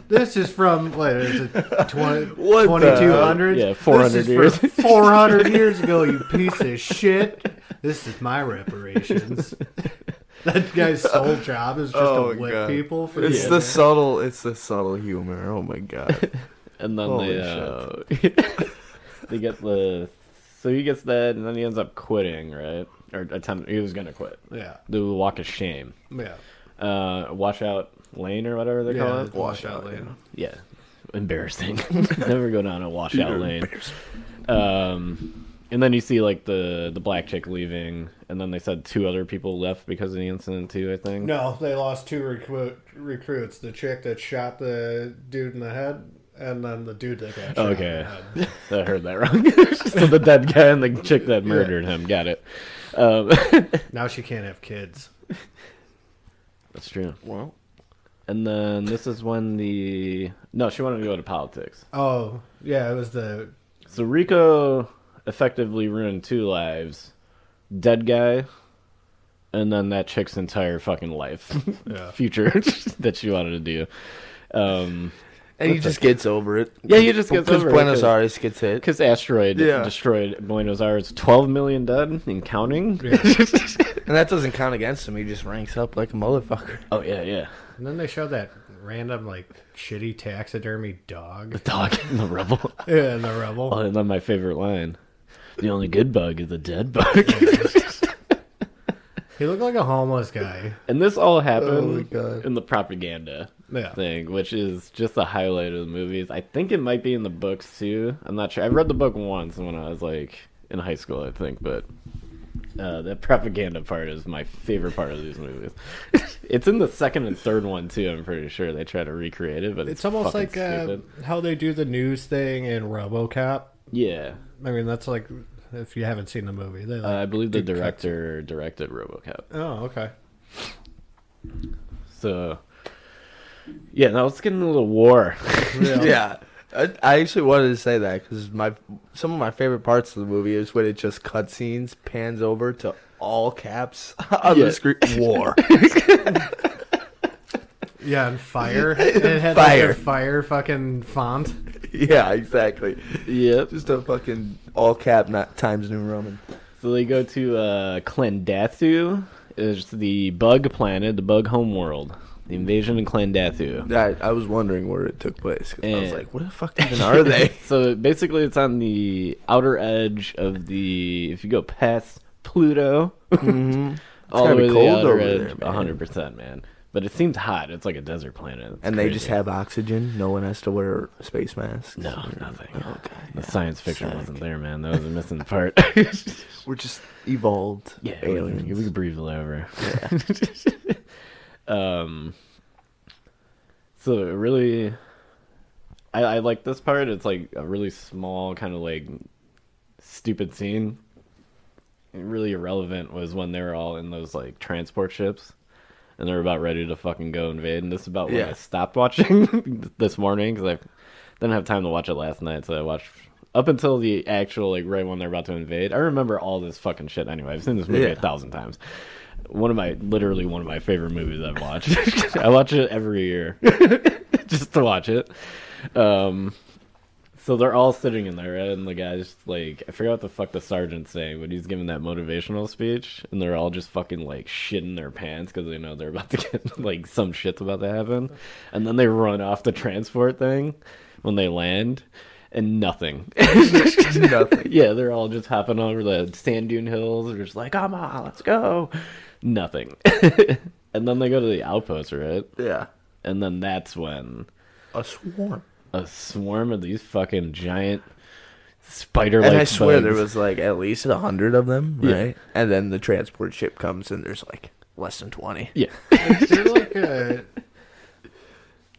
This is from what is it? What the- Twenty two hundred? Yeah, 400 years. Four hundred years ago, you piece of shit. This is my reparations. That guy's sole job is just oh, to lick God. people for It's being the there. subtle. It's the subtle humor. Oh my god. And then Holy they uh, they get the so he gets that, and then he ends up quitting, right? Or attempt he was gonna quit. yeah The walk of shame, yeah uh, washout lane or whatever they call yeah it. washout lane Yeah, embarrassing. Never go down a washout lane. Um, and then you see like the the black chick leaving, and then they said two other people left because of the incident too. I think. no they lost two recruit, recruits the chick that shot the dude in the head and then the dude that got shot Okay. in the head. I heard that wrong. so the dead guy and the chick that murdered him. Got it. Um, now she can't have kids that's true. Well, And then this is when the no, she wanted to go into politics. oh yeah it was the So Rico effectively ruined two lives: dead guy, and then that chick's entire fucking life, Yeah. future that she wanted to do. Um, and he just gets over it. Yeah, he just gets over it, Buenos 'cause- Aires gets hit. because asteroid Yeah. destroyed Buenos Aires, twelve million dead and counting. And that doesn't count against him. He just ranks up like a motherfucker. oh yeah, yeah. and then they showed that random like shitty taxidermy dog Dog in the rubble. yeah in the rebel Oh, and then my favorite line: "The only good bug is the dead bug." he looked like a homeless guy and this all Oh my happened God. in the propaganda Yeah. thing, which is just the highlight of the movies. I think it might be in the books too. I'm not sure. I read the book once when I was like in high school, I think, but. Uh, that propaganda part is my favorite part of these movies. it's in the second and third one too. I'm pretty sure they try to recreate it, but it's, it's almost fucking like uh, stupid. how they do the news thing in RoboCop. yeah. I mean, that's like if you haven't seen the movie, they Uh, I like. believe the Dude, cut. director directed RoboCop. oh, okay. So, yeah, now let's get into the war. Yeah. Yeah. I, I actually wanted to say that because my some of my favorite parts of the movie is when it just cutscenes pans over to all caps on Yeah. the screen. War. Yeah, and fire. It had Fire. Like a fire fucking font. yeah, exactly. yep. Just a fucking all cap, not Times New Roman. So they go to uh, Clendathu, is the bug planet, the bug homeworld. The invasion of Clendathu. I, I was wondering where it took place. 'cause I was Eh. like, where the fuck even are they? so basically, it's on the outer edge of the. If you go past Pluto, Mm-hmm. all the gotta be way to the cold outer over edge, there, man. hundred percent, man. But it seems hot. It's like a desert planet. It's and they just crazy. have oxygen. No one has to wear space masks. no nothing. Okay. The science fiction Oh, Sick. wasn't there, man. That was a missing part. We're just evolved Yeah, aliens. We, we can breathe all over. um, so it really, I, I like this part. It's like a really small, kind of like stupid scene. And really irrelevant was when they were all in those like transport ships. And they're about ready to fucking go invade. And this is about when Yeah. I stopped watching this morning because I didn't have time to watch it last night. So I watched up until the actual like right when they're about to invade. I remember all this fucking shit anyway. I've seen this movie Yeah. a thousand times. One of my literally one of my favorite movies I've watched. I watch it every year just to watch it. Um, so they're all sitting in there, right? and the guy's like, I forgot what the fuck the sergeant's saying, but he's giving that motivational speech, and they're all just fucking like shitting their pants because they know they're about to get like some shit's about to happen, and then they run off the transport thing when they land, and nothing. Nothing. yeah, they're all just hopping over the sand dune hills. They're just like, come on, let's go. Nothing. and then they go to the outpost, right? Yeah. And then that's when A swarm. a swarm of these fucking giant spider like And I swear there was like at least a hundred of them, right? And then the transport ship comes and there's like less than twenty. yeah Is there like a?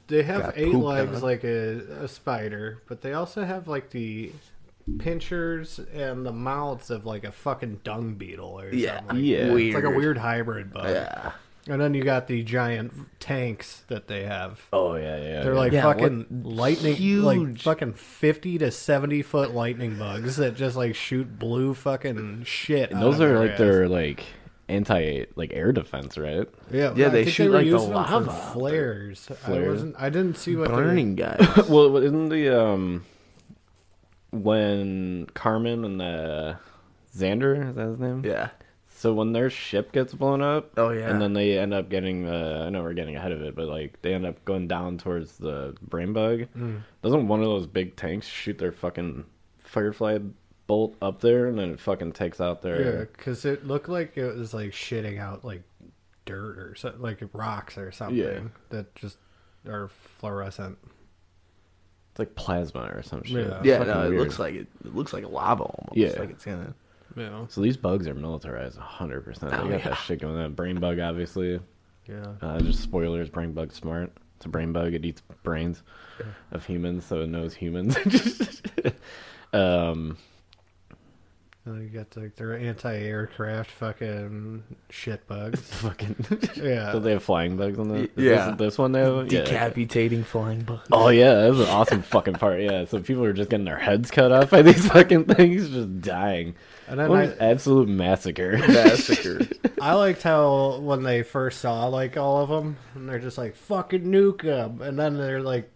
They have Got eight poop legs on. like a, a spider, but they also have like the pinchers and the mouths of like a fucking dung beetle or Yeah. something. like Yeah. that. It's like a Weird. weird hybrid bug. Yeah. And then you got the giant tanks that they have. oh yeah yeah They're yeah. like Yeah, what- fucking lightning, like huge. fucking fifty to seventy foot lightning bugs that just like shoot blue fucking shit. And out those of are their like ass. their like anti like air defense right yeah, Yeah, I they think shoot, were like, the using them for lava out there. flares. I Flares. wasn't. I didn't see what Burning guys. well isn't the um when Carmen and uh Xander is that his name yeah. So when their ship gets blown up, Oh, yeah. and then they end up getting the. I know we're getting ahead of it, but like they end up going down towards the brain bug. Doesn't one of those big tanks shoot their fucking firefly bolt up there, and then it fucking takes out Yeah, their? because it looked like it was like shitting out like dirt or so, like rocks or something Yeah. that just are fluorescent. It's like plasma or some shit. Yeah. It's Yeah, fucking no, it weird. looks like it, it looks like lava almost. Yeah. Like it's gonna Yeah, So these bugs are militarized 100%. They Oh, got yeah. that shit going on. Brain bug, obviously. yeah. Uh, just spoilers, brain bug smart. It's a brain bug. It eats brains of humans, so it knows humans. um, And you got like their anti-aircraft fucking shit bugs. fucking. yeah, Do they have flying bugs on that? Is Yeah. This, this one, though? Yeah. decapitating flying bugs. Oh, yeah. That's an awesome fucking part. Yeah. So people are just getting their heads cut off by these fucking things, just dying. and then what I, an absolute massacre. massacre. I liked how when they first saw like all of them, and they're just like fucking nuke 'em," and then they're like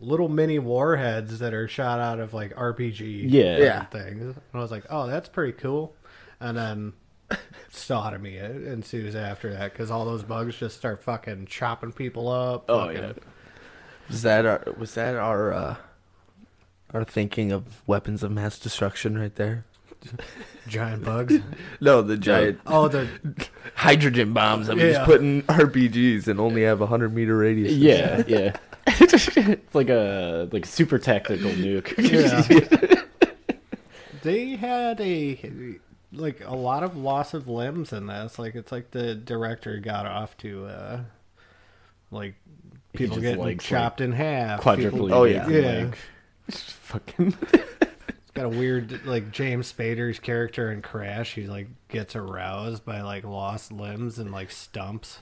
little mini warheads that are shot out of like RPG. Yeah. Yeah. things. And I was like, oh, that's pretty cool. And then sodomy ensues after that because all those bugs just start fucking chopping people up. Oh, fucking- yeah. Was that our was that our uh our thinking of weapons of mass destruction right there? Giant bugs. No, the giant oh, the hydrogen bombs. I'm Yeah. just putting RPGs and only have a hundred meter radius. Yeah, yeah. it's like a like super tactical nuke. Yeah. they had a like a lot of loss of limbs in this. Like it's like the director got off to uh like He people just getting likes, chopped in half. Quadruply. People- Oh, yeah. big, Yeah. like, fucking. got a weird like James Spader's character in Crash. He like gets aroused by like lost limbs and like stumps.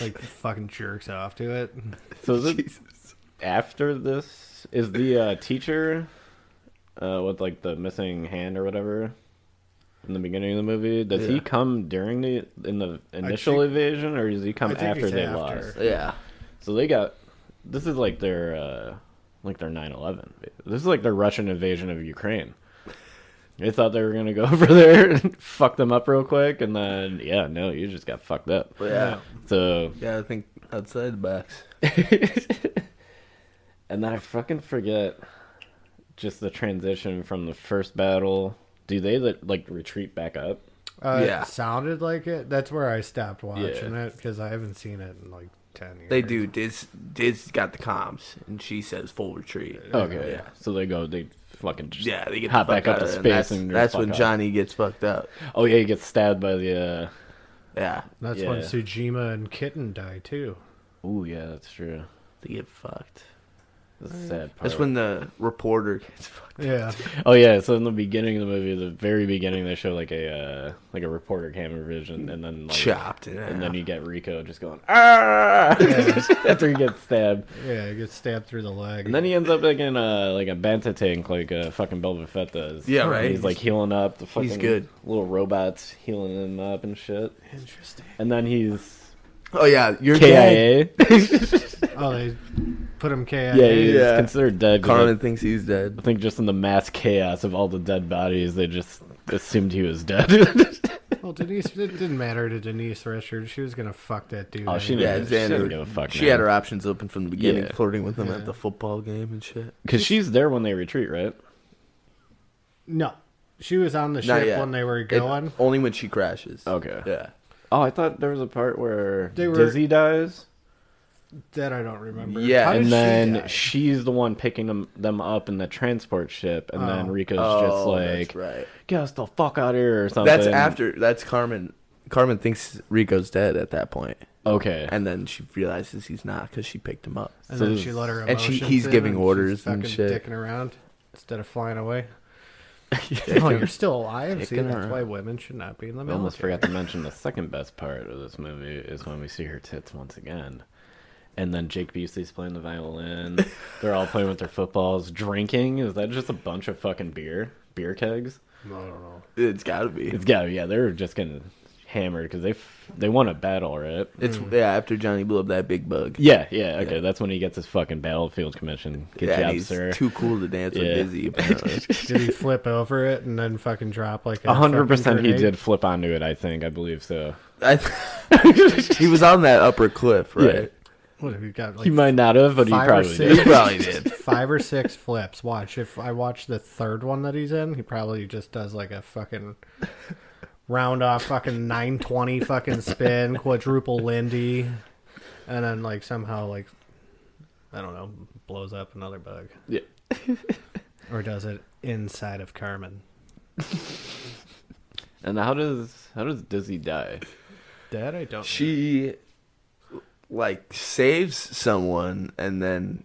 like fucking jerks off to it. So is it after this is the uh, teacher uh, with like the missing hand or whatever in the beginning of the movie? Does he Yeah. come during the in the initial think- invasion, or does he come I think after he's they after. lost? Yeah. So they got this is like their uh like their 9/11. This is like their Russian invasion of Ukraine. They thought they were gonna go over there and fuck them up real quick, and then yeah, no, you just got fucked up. Yeah. So Yeah, I think outside the box. and then I fucking forget just the transition from the first battle. Do they like like, retreat back up? Uh, Yeah. It sounded like it. That's where I stopped watching it because I haven't seen it in like ten years. They do. Diz Diz got the comms and she says full retreat. Okay, Yeah. so they go, they fucking just Yeah, they get the hop fuck back up out to of space, there, and and that's, just that's fuck when off. Johnny gets fucked up. Oh yeah, he gets stabbed by the. uh Yeah, That's when Yeah. Tsujima and Kitten die too. Oh yeah, that's true. they get fucked. That's the sad part. Mm. That's when the reporter gets fucked. Yeah, Oh yeah, so in the beginning of the movie, the very beginning, they show like a uh, like a reporter camera vision, and then like, Chopped in and then half. you get Rico just going ah after he gets stabbed, yeah, it gets stabbed through the leg. and then he ends up like in a like a banta tank like uh, fucking Boba Fett does. Yeah, right. He's like healing up the fucking He's good. little robots healing him up and shit, interesting. and then he's Oh yeah, you're dead. KIA. Oh, they put him KIA. yeah, he's Yeah. considered dead. 'cause Carmen thinks he's I dead. think just in the mass chaos of all the dead bodies, they just assumed he was dead. Well, Denise, it didn't matter to Denise Richards. She was gonna fuck that dude. oh, she anyway. Yeah, didn't, she didn't Xander- give a fuck. She had her options open from the beginning, Yeah. flirting with him at the football game and shit. because she's there when they retreat, right? No, she was on the Not ship yet. when they were It- going. only when she crashes. Okay. Yeah. Oh, I thought there was a part where They were- Dizzy dies, that I don't remember. Yeah, How did and she then die? she's the one picking them, them up in the transport ship, and then Oh. Rico's just Oh, like, that's right. "Get us the fuck out of here" or something. That's after. That's Carmen. Carmen thinks Rico's dead at that point, Okay. and then she realizes he's not because she picked him up. and then so- she let her and she- emotions he's in, giving and she's orders and fucking shit. dicking around instead of flying away. oh, you're still alive. See, Dicking that's around. why women should not be in the I military. almost forgot to mention the second best part of this movie is when we see her tits once again. And then Jake Busey's playing the violin. They're all playing with their footballs. Drinking? Is that just a bunch of fucking beer? Beer kegs? I don't know. It's got to be. It's gotta be, yeah, they're just gonna hammered because they f- they won a battle, right? It's yeah after Johnny blew up that big bug. Hmm. Yeah, yeah, okay. That's when he gets his fucking battlefield commission. Good yeah, and job, he's sir. too cool to dance Yeah. with Dizzy. Apparently, Did he flip over it and then fucking drop like a A hundred fucking percent, he grenade? did flip onto it. I think, I believe so. I he was on that upper cliff, right? What have you got? Like He might not have, but he five or probably six? did. He probably did. five or six flips. Watch if I watch the third one that he's in, he probably just does like a fucking round off fucking nine twenty fucking spin, quadruple Lindy, and then like somehow like I don't know blows up another bug Yeah. or does it inside of Carmen And how does how does Dizzy die? dead? I don't. She like saves someone, and then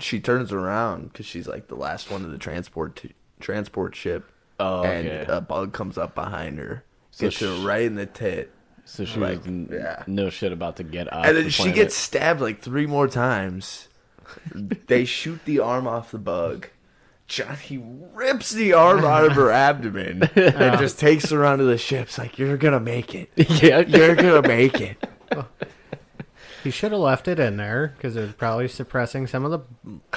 she turns around because she's like the last one of the transport t- transport ship, Oh, okay. and a bug comes up behind her, So gets her she- right in the tit. So she Like, was n- yeah. no shit about to get off. and then the she planet. gets stabbed like three more times. they shoot the arm off the bug. Johnny rips the arm out of her abdomen and just takes her onto the ship. It's like, you're gonna make it. yeah, You're gonna make it. He should have left it in there because it was probably suppressing some of the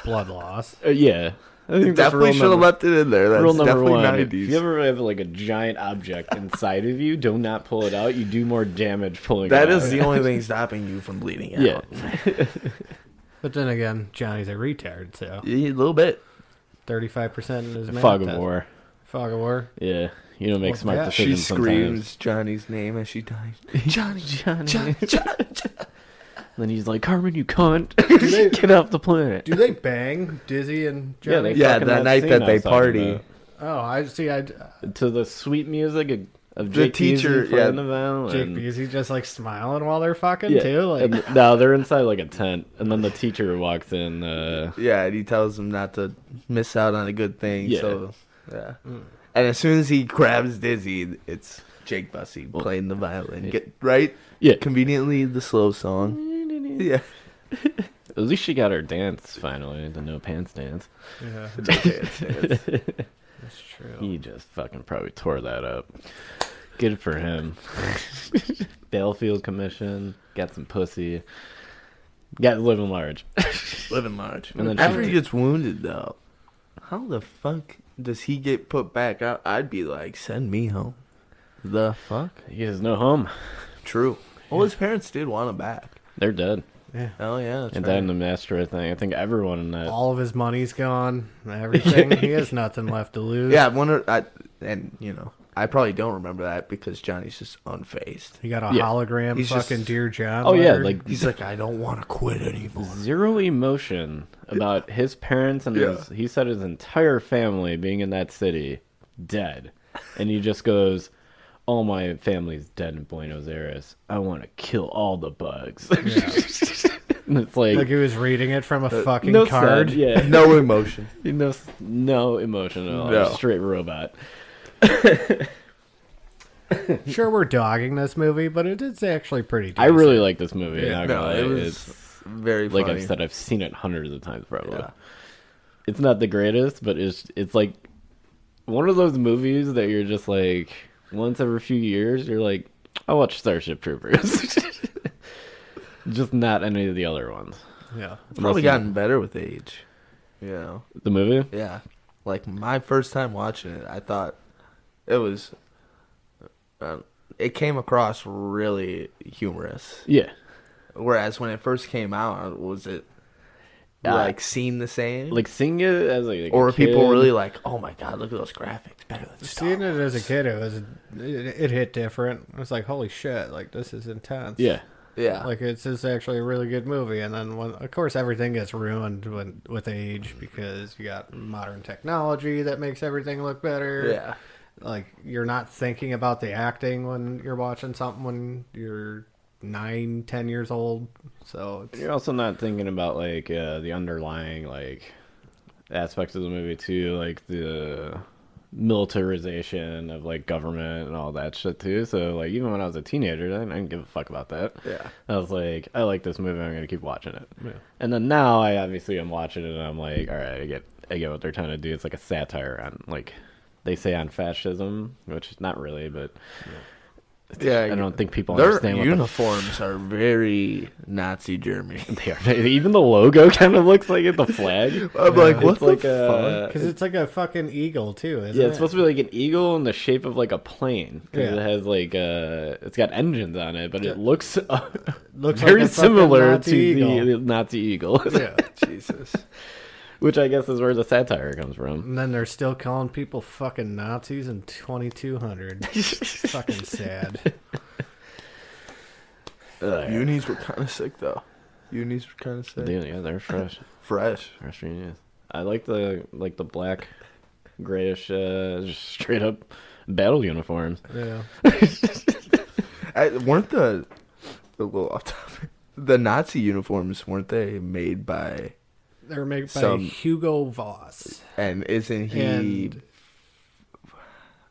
blood loss. Uh, yeah. I think that's definitely rule should have number- left it in there. That's Rule number definitely one: If 90s. you ever have like a giant object inside of you, do not pull it out. You do more damage pulling. that it is out. the only thing stopping you from bleeding out. yeah. But then again, Johnny's a retard, so Yeah, A little bit. thirty-five percent in his man Fog of test. war. Fog of war. Yeah, you don't make Well, smart yeah. She She decisions. screams Johnny's name as she dies. Johnny, sometimes. Johnny, Johnny. Then he's like, "Carmen, you cunt, get off the planet." Do they bang Dizzy and Johnny? Yeah, that night that they party. oh, I see. I to the sweet music of, of The Jake teacher, Busey, yeah. Fred Neville, Jake and- Busey just like smiling while they're fucking yeah. too. Like And- no, they're inside like a tent, and then the teacher walks in. Uh, Yeah, and he tells him not to miss out on a good thing. Yeah. Mm. So, yeah. And as soon as he grabs Dizzy, it's Jake Bussey playing the violin. Get, right? yeah, Conveniently, the slow song. Yeah. at least she got her dance finally, the no pants dance. yeah, that's true. He just fucking probably tore that up. Good for him. Battlefield commission, got some pussy, got living large. Living large. And then After she- he gets wounded, though, how the fuck does he get put back out? I'd be like, send me home. The fuck? He has no home. True. Well, his parents did want him back. They're dead. Yeah. Oh, yeah. That's And right. then the master thing. I think everyone in that. All of his money's gone. Everything. he has nothing left to lose. Yeah, I wonder. I, and you know, I probably don't remember that because Johnny's just unfazed. He got a Yeah. hologram He's just- fucking Dear John. Oh yeah, letter. like He's like, I don't want to quit anymore. zero emotion about his parents and his, he said his entire family being in that city dead and he just goes all my family's dead in buenos aires i want to kill all the bugs and it's like, Like he was reading it from a fucking Uh, no card. card yeah No emotion. no, no emotion at all No. straight robot Sure, we're dogging this movie, but it is actually pretty. Decent. i really like this movie Yeah. not gonna No, lie. it was it's very like funny. I've said, I've seen it hundreds of times probably. Yeah. It's not the greatest, but it's it's like one of those movies that you're just like once every few years you're like, I watch Starship Troopers. just not any of the other ones. Yeah. probably Unless gotten better with age. You know, you- the movie. yeah. Like my first time watching it, I thought it was. Uh, it came across really humorous. Yeah, Whereas when it first came out, was it Yeah. like seen the same? like seeing it as like, or a are people kid- really like, oh my god, look at those graphics, better than Star Seeing it as a kid, it was it, it hit different. It was like, holy shit! Like this is intense. Yeah, Yeah, like it's just actually a really good movie and then when of course everything gets ruined when, with age because you got modern technology that makes everything look better yeah. like you're not thinking about the acting when you're watching something when you're nine ten years old so it's, you're also not thinking about like uh, the underlying like aspects of the movie too, like the militarization of like government and all that shit too. So like even when I was a teenager, I didn't, I didn't give a fuck about that. Yeah. I was like, I like this movie. I'm gonna keep watching it. And then now I obviously am watching it, and I'm like, all right, I get I get what they're trying to do. It's like a satire on like they say on fascism, which not really, but Yeah, I don't think people Their understand what uniforms are very Nazi German. the f- they are. Even the logo kind of looks like it. The flag. I'm like, what it's like the a, Because it's like a fucking eagle too, isn't Yeah, it? it's supposed to be like an eagle in the shape of like a plane. 'cause Yeah. It has like uh, it's got engines on it, but it looks uh, Looks like very a fucking similar Nazi to eagle. the Nazi eagle, yeah. fuck? Jesus. which I guess is where the satire comes from. And then they're still calling people fucking Nazis in 2200. It's fucking sad. Ugh. Unis were kind of sick though. Unis were kind of sick. Dude, yeah, they're fresh, Fresh. fresh unions. I like the like the black, grayish, uh, just straight up battle uniforms. Yeah. I, weren't the a little off topic? The Nazi uniforms weren't they made by? They were made by Some- Hugo Voss. And isn't he? And-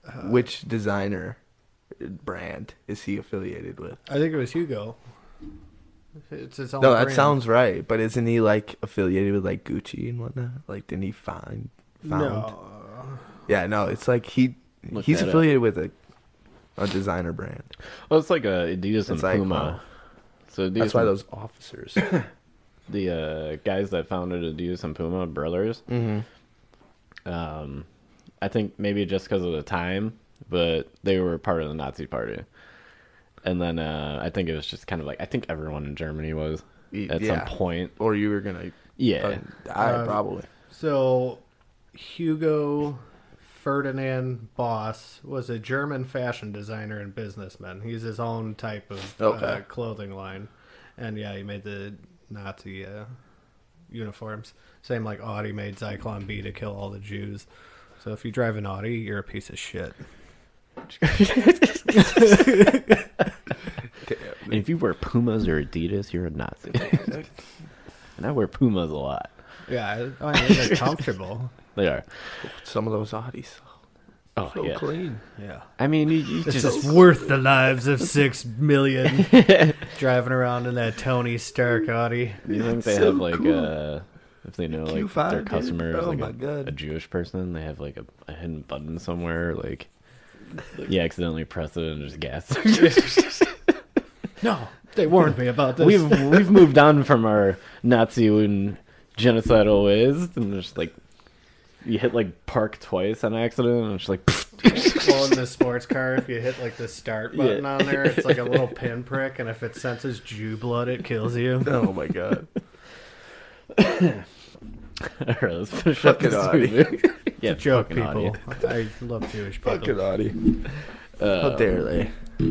uh, which designer brand is he affiliated with? uh, I think it was Hugo. It's its own No, that Oh, brand. sounds right. But isn't he like affiliated with like Gucci and whatnot? Like, didn't he find? Found? No. Yeah, no, it's like he Look he's that up. affiliated with a a designer brand. Well, it's like uh, Adidas and It's like, Puma. So Adidas That's why and- those officers. the uh, guys that founded Adidas and Puma brothers. Um, I think maybe just because of the time, but they were part of the Nazi party. And then uh, I think it was just kind of like I think everyone in Germany was Y- at yeah. some point. or you were gonna Yeah, uh, die Um, probably. So, Hugo Ferdinand Boss was a German fashion designer and businessman. He's his own type of uh, Okay. clothing line, and yeah, he made the Nazi uh, uniforms. Same like Audi made Zyklon B to kill all the Jews. So if you drive an Audi, you're a piece of shit. and if you wear Pumas or Adidas, you're a Nazi. and I wear Pumas a lot. Yeah, I, I mean, they're comfortable. They are. Some of those oddies. Oh So yeah. clean. Yeah. I mean, you, you This just is worth the lives of six million driving around in that Tony Stark Audi. You think they so have like cool. uh if they know like you find their it. customer is Oh like my a, God. a Jewish person, they have like a, a hidden button somewhere, like you accidentally press it and just gas. No, they warned me about this. we've we've moved on from our Nazi and genocidal ways, and just like you hit like park twice on accident, and it's like well, in the sports car, if you hit like the start button Yeah. on there, it's like a little pinprick, and if it senses Jew blood, it kills you. Oh my god. all right, let's finish up Fucking this Audi. movie. yeah, Joke fucking Audi. people. I love Jewish people. Fucking Audi. Uh, How dare they? Yeah,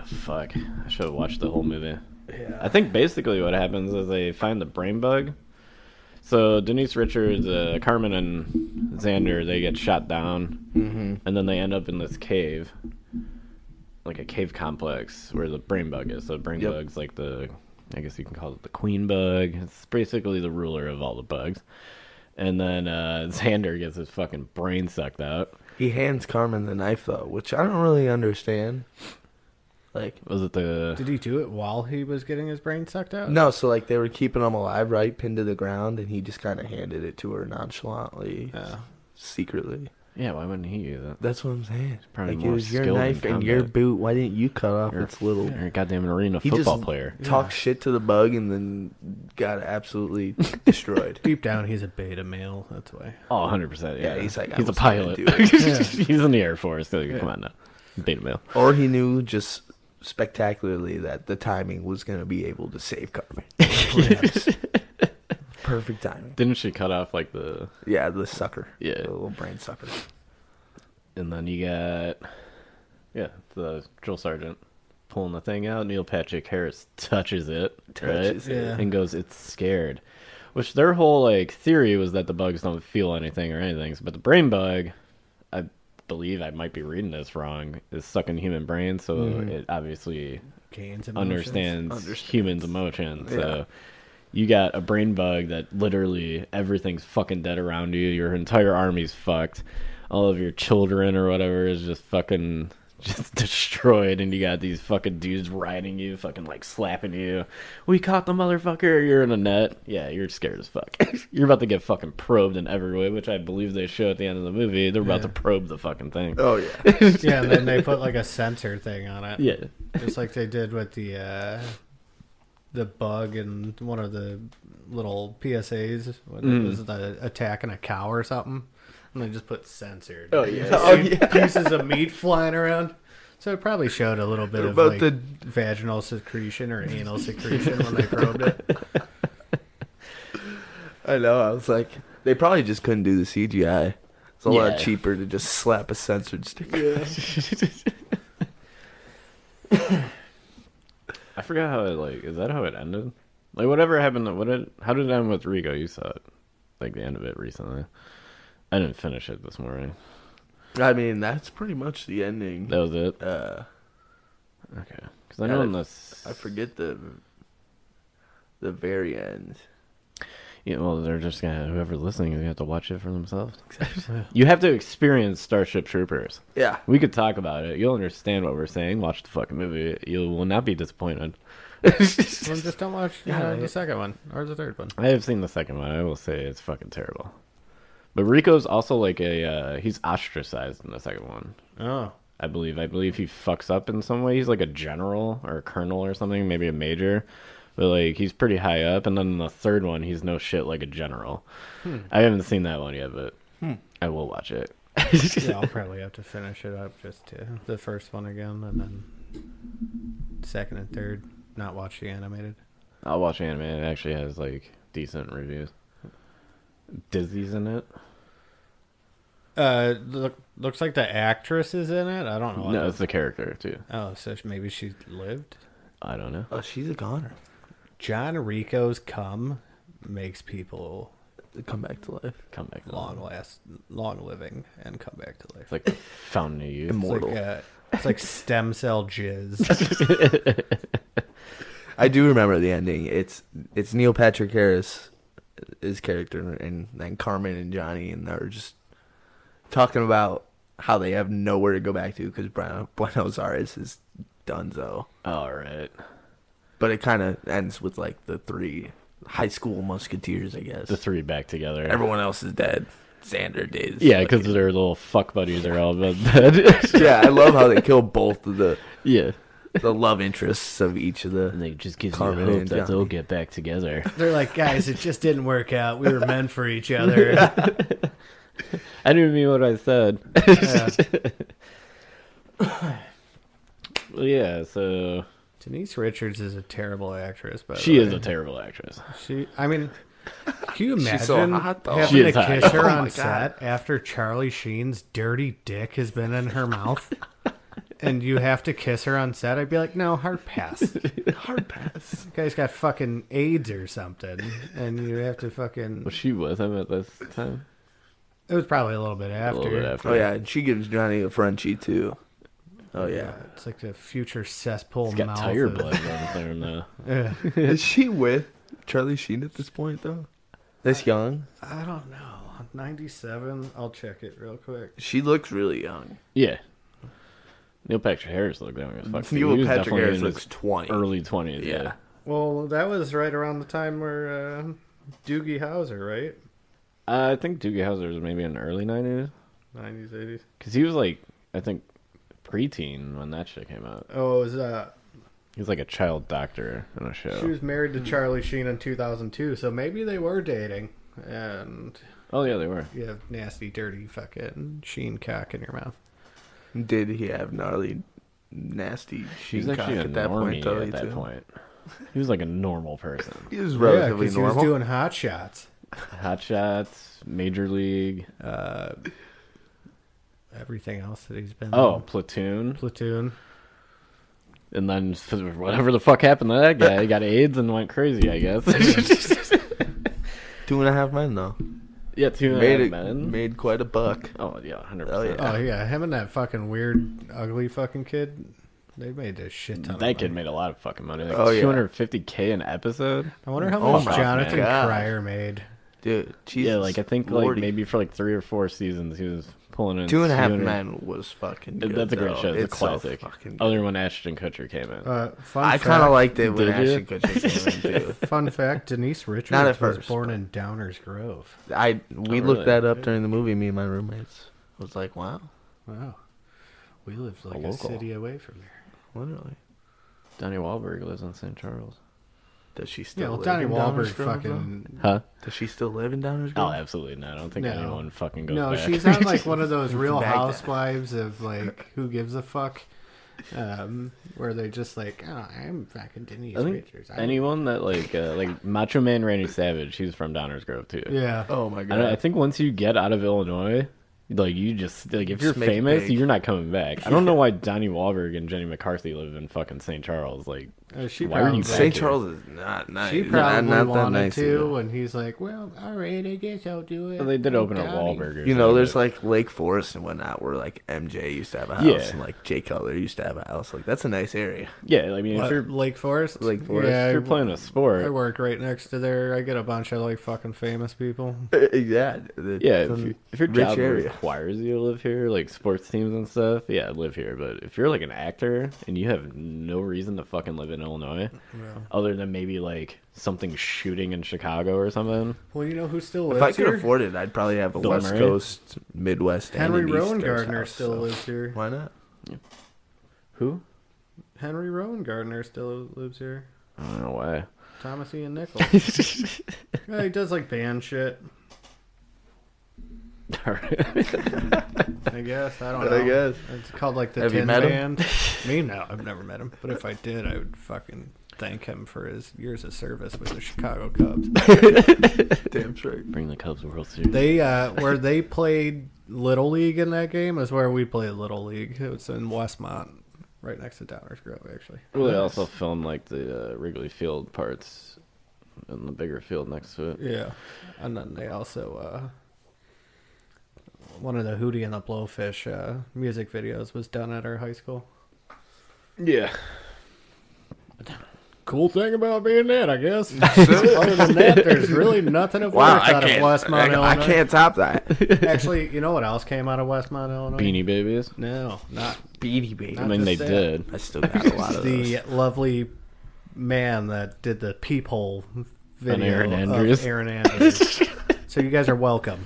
Oh, fuck, I should have watched the whole movie. I Yeah. think basically what happens is they find the brain bug. So Denise Richards, uh, Carmen, and Xander they get shot down, Mm-hmm. and then they end up in this cave, like a cave complex where the brain bug is. So the brain Yep. bug's like the, I guess you can call it the queen bug. It's basically the ruler of all the bugs. And then uh, Xander gets his fucking brain sucked out. He hands Carmen the knife though, which I don't really understand. Like Was it the? Did he do it while he was getting his brain sucked out? no, so like they were keeping him alive, right, pinned to the ground, and he just kind of handed it to her nonchalantly, Yeah. secretly. yeah, why wouldn't he use it? That's what I'm saying. Probably like it more was your skilled in knife and your combat. boot. Why didn't you cut off You're its little? You're a goddamn arena He football just player. talked shit to the bug and then got absolutely destroyed. Deep down, he's a beta male. That's why. Oh, 100%. Yeah, Yeah, he's like, I he's a was gonna pilot. do it. he's in the Air Force. Like, Come on now. Beta male. or he knew just spectacularly that the timing was going to be able to save Carmen. Perhaps. Perfect timing. Didn't she cut off like the. Yeah, the sucker. Yeah. the little brain sucker. And then you got. Yeah, the drill sergeant pulling the thing out. Neil Patrick Harris touches it. Touches right? it. Yeah. And goes, it's scared. Which their whole like theory was that the bugs don't feel anything or anything. But the brain bug, I believe I might be reading this wrong, is sucking human brains. So it obviously Gains emotions. understands, Understands. humans' emotions. Yeah. So you got a brain bug that literally everything's fucking dead around you. Your entire army's fucked. All of your children or whatever is just fucking just destroyed, and you got these fucking dudes riding you, fucking like slapping you. We caught the motherfucker. You're in a net. Yeah, you're scared as fuck. you're about to get fucking probed in every way, which I believe they show at the end of the movie. They're about to probe the fucking thing. Oh yeah. Yeah, and then they put like a sensor thing on it. Yeah. Just like they did with the uh, the bug and one of the little PSAs when it was the attacking a cow or something. And they just put censored. Oh, yeah. Oh, Just yeah. Pieces of meat flying around. So it probably showed a little bit of about like the- vaginal secretion or anal secretion when they probed it. I know. I was like, they probably just couldn't do the CGI. It's a Yeah. lot cheaper to just slap a censored sticker. I forgot how it like. Is that how it ended? Like whatever happened. What did? How did it end with Rigo? You saw it, like the end of it recently. I didn't finish it this morning. I mean, that's pretty much the ending. That was it. Uh, Okay, because I Yeah, know I- in this, I forget the the very end. Yeah, well, they're just gonna whoever listening, they have to watch it for themselves. you have to experience Starship Troopers. Yeah. We could talk about it. You'll understand what we're saying. Watch the fucking movie. You will not be disappointed. Well, just don't watch Yeah, uh, right. the second one or the third one. I have seen the second one. I will say it's fucking terrible. But Rico's also like a uh, he's ostracized in the second one. Oh. I believe. I believe he fucks up in some way. He's like a general or a colonel or something, maybe a major. But like he's pretty high up. And then in the third one, he's no shit like a general. Hmm. I haven't seen that one yet, but I will watch it. yeah, I'll probably have to finish it up just to the first one again, and then second and third. Not watch the animated. I'll watch anime. It actually has like decent reviews. Dizzy's in it. Uh, look, looks like the actress is in it. Oh, I don't know. what No, the- it's the character too. oh, so sh- maybe she lived. I don't know. Oh, she's a goner. John Rico's cum makes people To come back to life. Come back. to long that. last, long living, and come back to life. It's like the fountain of youth. It's like, Immortal. uh, it's like stem cell jizz. I do remember the ending. It's it's Neil Patrick Harris, his character, and then Carmen and Johnny, and they're just talking about how they have nowhere to go back to because Buenos Aires is Dunzo. All right. But it kind of ends with like the three high school musketeers, I guess. The three back together. Everyone else is dead. Xander days. Yeah, because their little fuck buddies are all about that. yeah, I love how they kill both of the yeah. the love interests of each of And the. it just gives Carmen you hope and that Johnny. they'll get back together. They're like, guys, it just didn't work out. We were meant for each other. I didn't mean what I said. Yeah. Well, yeah, so Denise Richards is a terrible actress, but she is a terrible actress. She, I mean, can you imagine She's so hot, though. having She to is hot. kiss her Oh my on God. set after Charlie Sheen's dirty dick has been in her mouth, and you have to kiss her on set? I'd be like, no, hard pass. You Hard pass. guy's got fucking AIDS or something, and you have to fucking. Well, she was him at this time. It was probably a little bit A after. little bit after. Oh yeah, and she gives Johnny a Frenchie too. Oh yeah. it's like the future cesspool He's got mouth. tire of- blood on him now. Ugh, Is she with Charlie Sheen at this point though? This young? I don't know. Ninety-seven. I'll check it real quick. She looks really young. Yeah. Neil Patrick Harris looked young as fuck. too. He Neil was Patrick definitely Harris in his looks twenty. early twenties. Yeah. Yeah. Well, that was right around the time where uh, Doogie Howser, right? Uh, I think Doogie Howser was maybe in the early nineties 90s, 80s. because he was like, I think, preteen when that shit came out. Oh, it was, uh, He was like a child doctor in a show. she was married to Charlie Sheen in 2002, so maybe they were dating. And Oh yeah, they were. you have nasty, dirty fucking Sheen cock in your mouth. Did he have gnarly nasty He was Sheen cock actually a at that normie point though? at that too? point. He was like a normal person. He was Yeah, relatively 'cause he was normal. doing hot shots. Hot shots, major league. Uh, everything else that he's been Oh, in. platoon, Platoon. and then f- whatever the fuck happened to that guy, he got AIDS and went crazy. I guess. Two and a half men though. yeah, two and a made half it men. made quite a buck. Oh yeah, hundred Oh, percent. Yeah. Oh, yeah, him and that fucking weird, ugly fucking kid. They made a shit ton of That kid money. made a lot of fucking money. Like Oh, yeah. 250k an episode. I wonder how Oh much my Jonathan God. Cryer made. dude. Jesus yeah, like I think like Lordy. maybe for like three or four seasons he was pulling in Two and a half 200 men was fucking. Th- Good, That's a great though. show. It's, a so classic. fucking good. Other than when Ashton Kutcher came in. Uh, fun I kind fact- of liked it Did when you? Ashton Kutcher came in too. Fun fact: Denise Richards Not at was first, born but- in Downers Grove. I we Oh, looked really? that up during the movie. Me and my roommates I was like, wow, Wow, we lived like a, local. city away from there. literally. Donnie Wahlberg lives in St. Charles. Does she still? Yeah, well, live Donnie in Downers Wahlberg Grove, fucking. Huh? though? Does she still live in Downers Oh, Grove? absolutely not. I don't think No. anyone fucking goes No, back. she's on like one of those Real Baghdad. Housewives of like who gives a fuck, um, where they just like, oh, I'm fucking Denise I think Richards. I'm- anyone that like uh, like Macho Man Randy Savage, he's from Downers Grove too. Yeah. Oh my I, god! don't, I think once you get out of Illinois, like you just like if you're Just make it famous, big. you're not coming back. I don't know why Donnie Wahlberg and Jenny McCarthy live in fucking St. Charles. Like Uh, she why are you probably- back St. here? Charles is not nice. She Not- not probably that wanted nice either. to, and he's like, "Well, all right, I guess I'll do it." Well, they did I'm open up Donnie." Wahlburgers. You know, there's like Lake Forest and whatnot, where like MJ used to have a house, Yeah. and like Jay Cutler used to have a house. Like that's a nice area. yeah. I mean, What, if you're Lake Forest. Lake Forest. Yeah, if you're I- playing a sport, I work right next to there. I get a bunch of like fucking famous people. yeah, the- Yeah, if, some you- if your rich job area. requires you to live here, like sports teams and stuff, yeah, live here. But if you're like an actor and you have no reason to fucking live in Illinois, other than maybe like something shooting in Chicago or something, Well, you know who still lives If I could here? afford it, I'd probably have a Bill West Murray? Coast, Midwest, Henry and an East Coast Rowan house, still so lives here. Why not? who? Henry Rowan Gardner still lives here. I don't know why. Thomas Ian Nichols. yeah, he does like band shit. All right. I guess I don't know. I guess. it's called like the Have you Tin met him? Band. Me no, I've never met him. But if I did, I would fucking thank him for his years of service with the Chicago Cubs. Damn straight. Bring the Cubs World Series. They uh, where they played Little League in that game is where we played Little League. It was in Westmont, right next to Downers Grove, actually. Well, they also filmed like the uh, Wrigley Field parts and the bigger field next to it. Yeah, and then they also uh, one of the Hootie and the Blowfish uh, music videos was done at our high school. Yeah. Cool thing about being that, I guess. Other than that, there's really nothing of Wow, worth I out of can't, Westmont, I, I Illinois. can't top that. Actually, you know what else came out of Westmont, Illinois? Beanie Babies. No, not Beady baby. I mean, they just that. did. I still got a lot of the those. lovely man that did the peephole video Aaron of Andrews. Aaron Andrews. so you guys are welcome.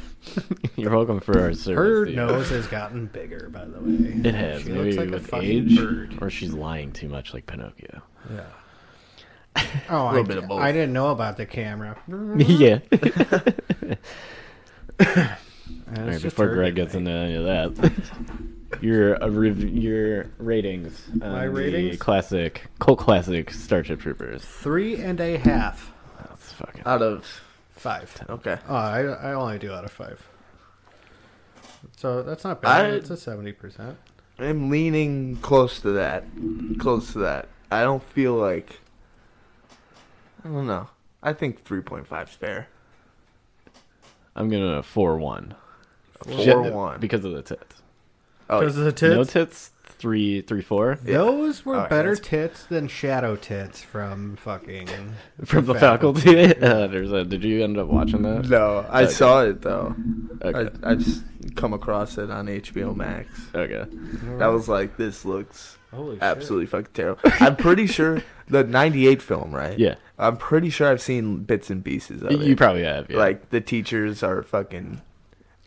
You're welcome for our service. Her dude. nose has gotten bigger, by the way. It has. She Maybe looks like a with fucking age, bird. or she's lying too much, like Pinocchio. Yeah. Oh, I, Little bit of both. I didn't know about the camera. yeah. It's just before her Greg good gets thing. into any of that, your uh, rev- your ratings. on My the ratings? Classic, cult classic Starship Troopers. three and a half, That's fucking. Out of five. okay. Oh, I I only do out of five. So that's not bad. I- it's a seventy percent. I'm leaning close to that. Close to that. I don't feel like. I don't know. I think 3.5 is fair. I'm gonna four one. 4 1. because of the tits. Oh, Because the No tits, tits. Three three four those were Alright, better that's- tits than shadow tits from fucking from the faculty. Uh, there's a, did you end up watching that? no, I saw it though. Okay. I, I just come across it on HBO Max. okay. That was like, this looks Oh, Holy absolutely fucking terrible. I'm pretty sure the 98 film, right? Yeah. I'm pretty sure I've seen bits and pieces of it. You probably have. Yeah. Like, the teachers are fucking.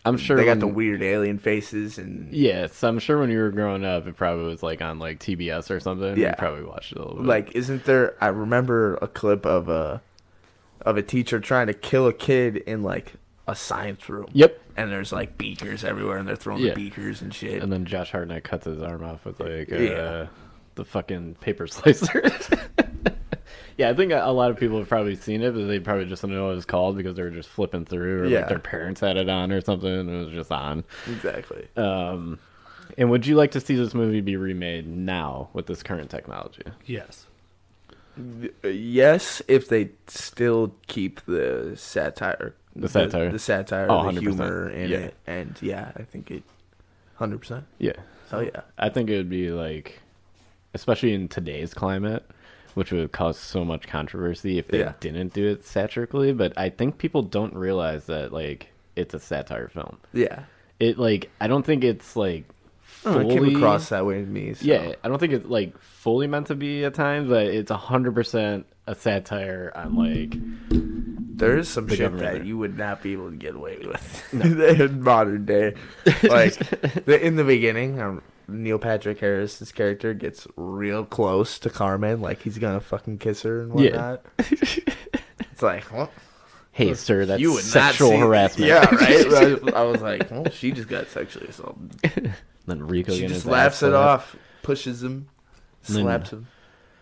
I'm sure they got when- the weird alien faces and. Yes, I'm sure when you were growing up, it probably was like on like TBS or something. Yeah. you probably watched it a little bit. like isn't there i remember a clip of a of a teacher trying to kill a kid in like a science room yep. and there's like beakers everywhere and they're throwing Yeah. the beakers and shit And then Josh Hartnett cuts his arm off with like uh, Yeah. the fucking paper slicer. yeah, I think a a lot of people have probably seen it, but they probably just didn't know what it was called because they were just flipping through, or Yeah. like their parents had it on or something. And it was just on. exactly Um, and would you like to see this movie be remade now with this current technology? Yes. Uh, yes if they still keep the satire The satire. the, satire Oh, the 100%. humor in Yeah. it and yeah i think it 100% Yeah. hell yeah I think it would be like, especially in today's climate, which would cause so much controversy if they Yeah. didn't do it satirically. But I think people don't realize that like it's a satire film. Yeah. It like I don't think it's like I don't fully know, Oh, it came across that way to me. so- oh, yeah, I don't think it's like fully meant to be at times, but it's hundred percent a satire on like There Mm-hmm. is some shit government that there. you would not be able to get away with in modern day. Like the, in the beginning, um, Neil Patrick Harris's character gets real close to Carmen, like he's gonna fucking kiss her and Yeah. whatnot. it's like, well, Hey, sir, that's you would sexual not see, harassment. Yeah, right. I, I was like, well, she just got sexually assaulted. Then Rico She getting just his laughs ass it slapped. off, pushes him, Then- slaps him.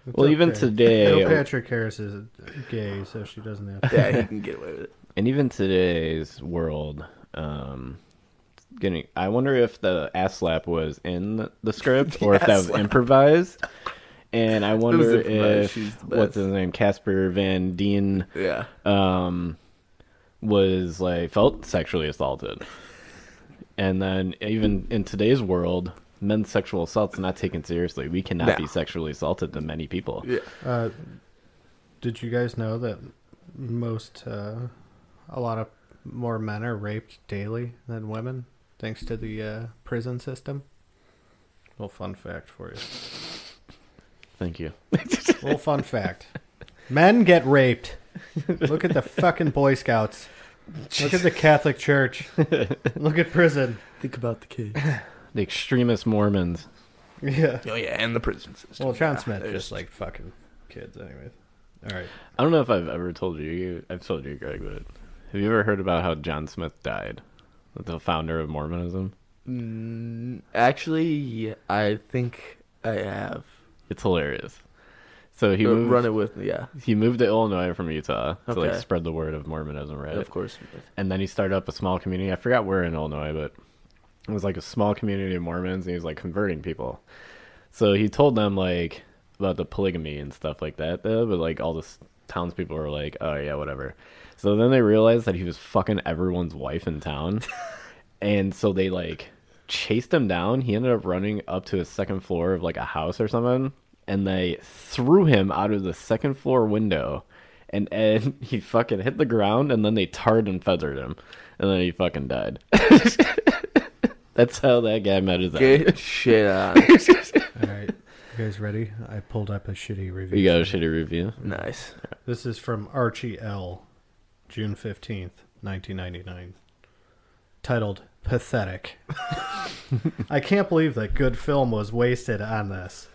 It's Well, even okay. today, uh, Neil Patrick Harris is gay, so she doesn't have. To. Yeah, he can get away with it. and even today's world, um, getting. I wonder if the ass slap was in the script or if that ass was slap. improvised. And I wonder improvised. if She's the best. what's his name, Casper Van Dien, Yeah. um, was like felt sexually assaulted. And then even in today's world, men's sexual assault's not taken seriously. We cannot No. be sexually assaulted to many people. Yeah. Uh, did you guys know that most, uh, a lot of more men are raped daily than women, thanks to the uh, prison system? Well, fun fact for you. Thank you. Little fun fact. Men get raped. Look at the fucking Boy Scouts. Look at the Catholic Church. Look at prison. Think about the kid. The extremist Mormons. Yeah. Oh yeah, and the prison system. Well, John Yeah, Smith there's- just like fucking kids, anyways. All right. I don't know if I've ever told you- you. I've told you, Greg, but have you ever heard about how John Smith died? The founder of Mormonism. Mm, actually, yeah, I think I have. It's hilarious. So he Uh, moved, Run it with me, yeah. he moved to Illinois from Utah to like Okay. spread the word of Mormonism, right? Of course. and then he started up a small community. I forgot where in Illinois, but it was like a small community of Mormons, and he was like converting people. So he told them like about the polygamy and stuff like that, though, but like all the s- townspeople were like, "Oh yeah, whatever." So then they realized that he was fucking everyone's wife in town, and so they like chased him down. He ended up running up to his second floor of like a house or something, and they threw him out of the second floor window. And and he fucking hit the ground, and then they tarred and feathered him, and then he fucking died. That's how that guy met his end. Get shit on. All right. You guys ready? I pulled up a shitty review. You got a shitty review. nice. This is from Archie L. June 15th, 1999. Titled Pathetic. I can't believe that good film was wasted on this.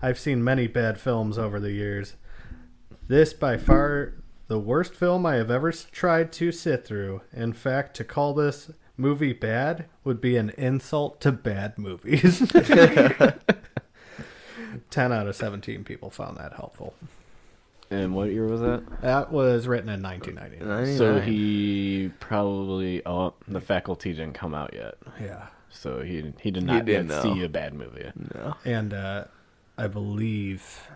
I've seen many bad films over the years. This by far the worst film I have ever s- tried to sit through. In fact, to call this movie bad would be an insult to bad movies. 10 out of 17 people found that helpful. And what year was that? That was written in 1999. So 99. he probably oh the faculty didn't come out yet, Yeah. so he he did not didn't yet know. see a bad movie. No. And uh, I believe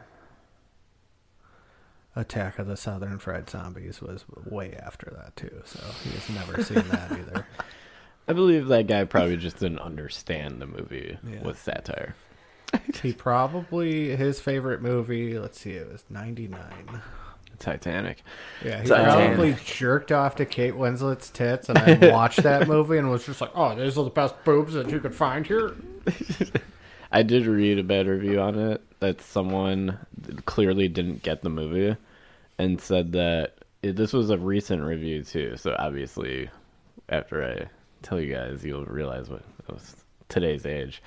Attack of the Southern Fried Zombies was way after that, too. So he's never seen that either. I believe that guy probably just didn't understand the movie Yeah. with satire. He probably, his favorite movie, let's see, it was 99. Titanic. Yeah, he Titanic. probably jerked off to Kate Winslet's tits, and I watched that movie and was just like, oh, these are the best boobs that you could find here. I did read a bad review on it that someone clearly didn't get the movie and said that it, this was a recent review too. So obviously, after I tell you guys, you'll realize what it was today's age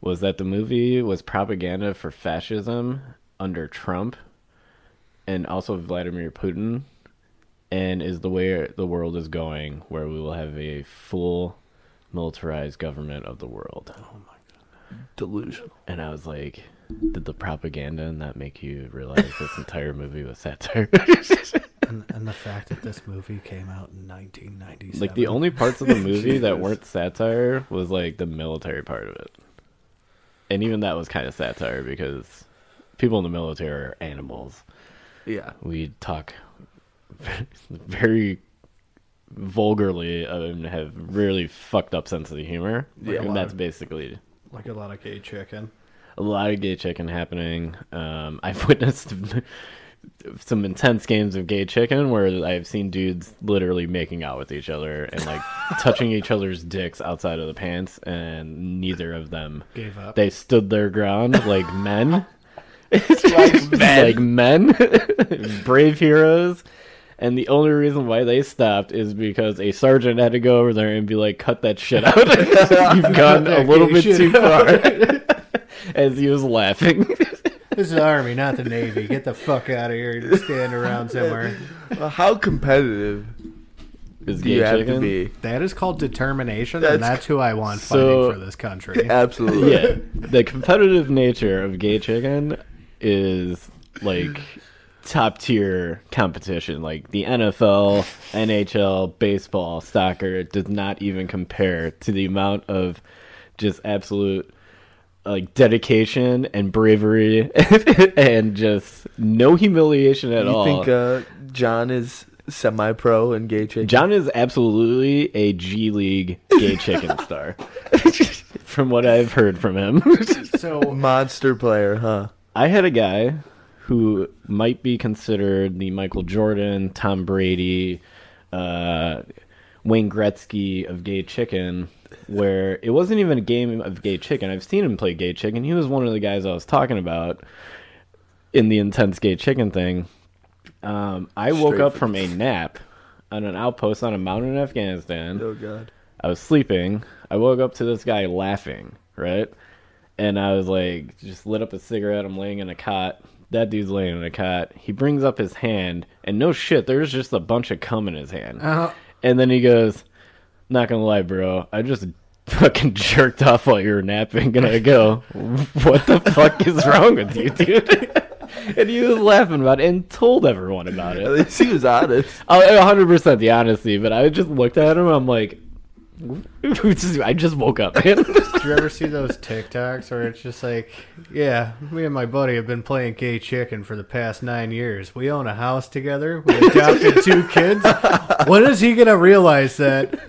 was that the movie was propaganda for fascism under Trump and also Vladimir Putin and is the way the world is going where we will have a full militarized government of the world. Delusional. And I was like, did the propaganda in that make you realize this entire movie was satire? And, and the fact that this movie came out in 1997. like the only parts of the movie that weren't satire was like the military part of it. And even that was kind of satire because people in the military are animals. Yeah. We talk very vulgarly and have really fucked up sense of humor. Yeah. and that's basically like a lot of gay chicken. a lot of gay chicken happening. Um, I've witnessed some intense games of gay chicken where I've seen dudes literally making out with each other and like touching each other's dicks outside of the pants, and neither of them Gave up. They stood their ground like men. Like men. like men, brave heroes. And the only reason why they stopped is because a sergeant had to go over there and be like, "Cut that shit out! You've gone a that little gay bit shit too far." As he was laughing, This is the army, not the navy. Get the fuck out of here. Just stand around somewhere. Well, how competitive is do you gay have chicken? to be? That is called determination, That's- and that's who I want So- fighting for this country. Absolutely. Yeah, the competitive nature of gay chicken is like top tier competition. Like the NFL, NHL, baseball, soccer does not even compare to the amount of just absolute like dedication and bravery and just no humiliation at You all. think uh, John is semi-pro and gay chicken? John is absolutely a G League gay chicken star. from what I've heard from him. So monster player, huh? I had a guy who might be considered the Michael Jordan, Tom Brady, uh, Wayne Gretzky of gay chicken, where it wasn't even a game of gay chicken. I've seen him play gay chicken. He was one of the guys I was talking about in the intense gay chicken thing. Um, I woke Straight up for- from a nap on an outpost on a mountain in Afghanistan. Oh god. I was sleeping. I woke up to this guy laughing, right? And I was like, just lit up a cigarette. I'm laying in a cot. That dude's laying in a cot. He brings up his hand, and no shit, there's just a bunch of cum in his hand. Uh-huh. And then he goes, Not gonna lie, bro. I just fucking jerked off while you were napping. And I go, What the fuck is wrong with you, dude? and he was laughing about it and told everyone about it. At least he was honest. Oh, 100% the honesty, but I just looked at him. I'm like, I just woke up, man. Do you ever see those TikToks where it's just like, yeah, me and my buddy have been playing gay chicken for the past nine years. We own a house together. We adopted two kids. When is he gonna realize that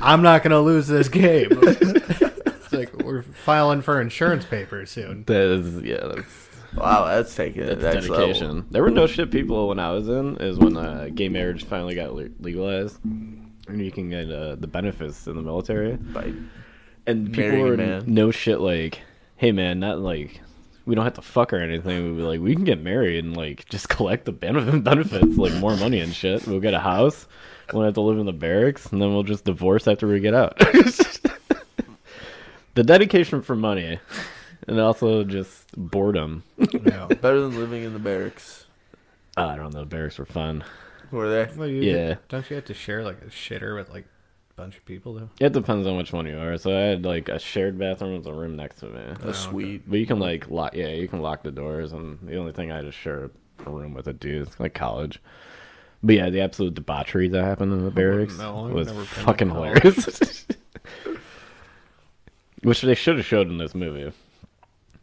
I'm not gonna lose this game? It's like we're filing for insurance papers soon. that is, yeah, that's, Wow, that's taking it that's dedication. There were no shit people when I was in, is when uh, gay marriage finally got le- legalized. And you can get uh, the benefits in the military. And people Marrying a were man. no shit like, hey, man, not like, we don't have to fuck or anything. We'd be like, we can get married and like just collect the benef- benefits, like more money and shit. We'll get a house. We'll have to live in the barracks, and then we'll just divorce after we get out. the dedication for money, and also just boredom. No. Better than living in the barracks. Ah, I don't know. Barracks were fun. Were there? Well, you Yeah. Don't you have to share like a shitter with like a bunch of people though? It depends on which one you are. So I had like a shared bathroom with a room next to me. A suite. But you can like lock, yeah, you can lock the doors. And the only thing I had to share a room with a dude, it's like college. But yeah, the absolute debauchery that happened in the barracks no, I've was never been to fucking college. hilarious. Which they should have showed in this movie.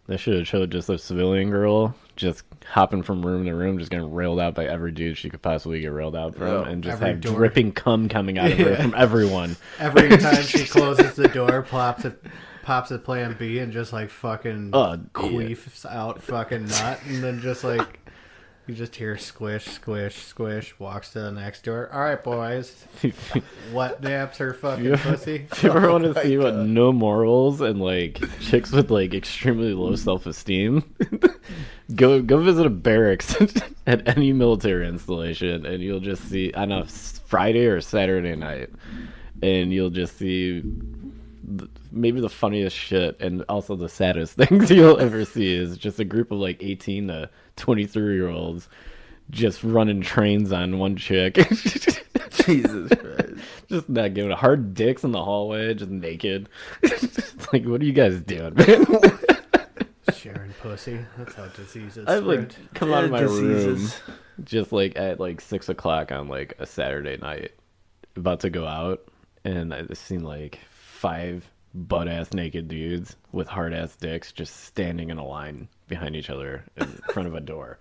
They should have showed just a civilian girl just hopping from room to room, just getting railed out by every dude she could possibly get railed out from, Yeah. and just Every have door. dripping cum coming out of her Yeah. from everyone. Every time she closes the door, pops it, pops at Plan B, and just like fucking Oh, yeah. queefs out fucking nut, and then just like you just hear squish, squish, squish. Walks to the next door. All right, boys, what naps her fucking Yeah. pussy? Do you ever want to see what no morals and like chicks with like extremely low self esteem? go go visit a barracks at any military installation, and you'll just see on a s- Friday or Saturday night, and you'll just see th- maybe the funniest shit and also the saddest things you'll ever see is just a group of like 18 to 23 year olds just running trains on one chick Jesus Christ. just not giving a hard dicks in the hallway, just naked. It's like, what are you guys doing, man? Sharing pussy. That's how diseases. I like spread. come out of my room Diseases. just like at like six o'clock on like a Saturday night, about to go out, and I just seen like five butt ass naked dudes with hard ass dicks just standing in a line behind each other in front of a door.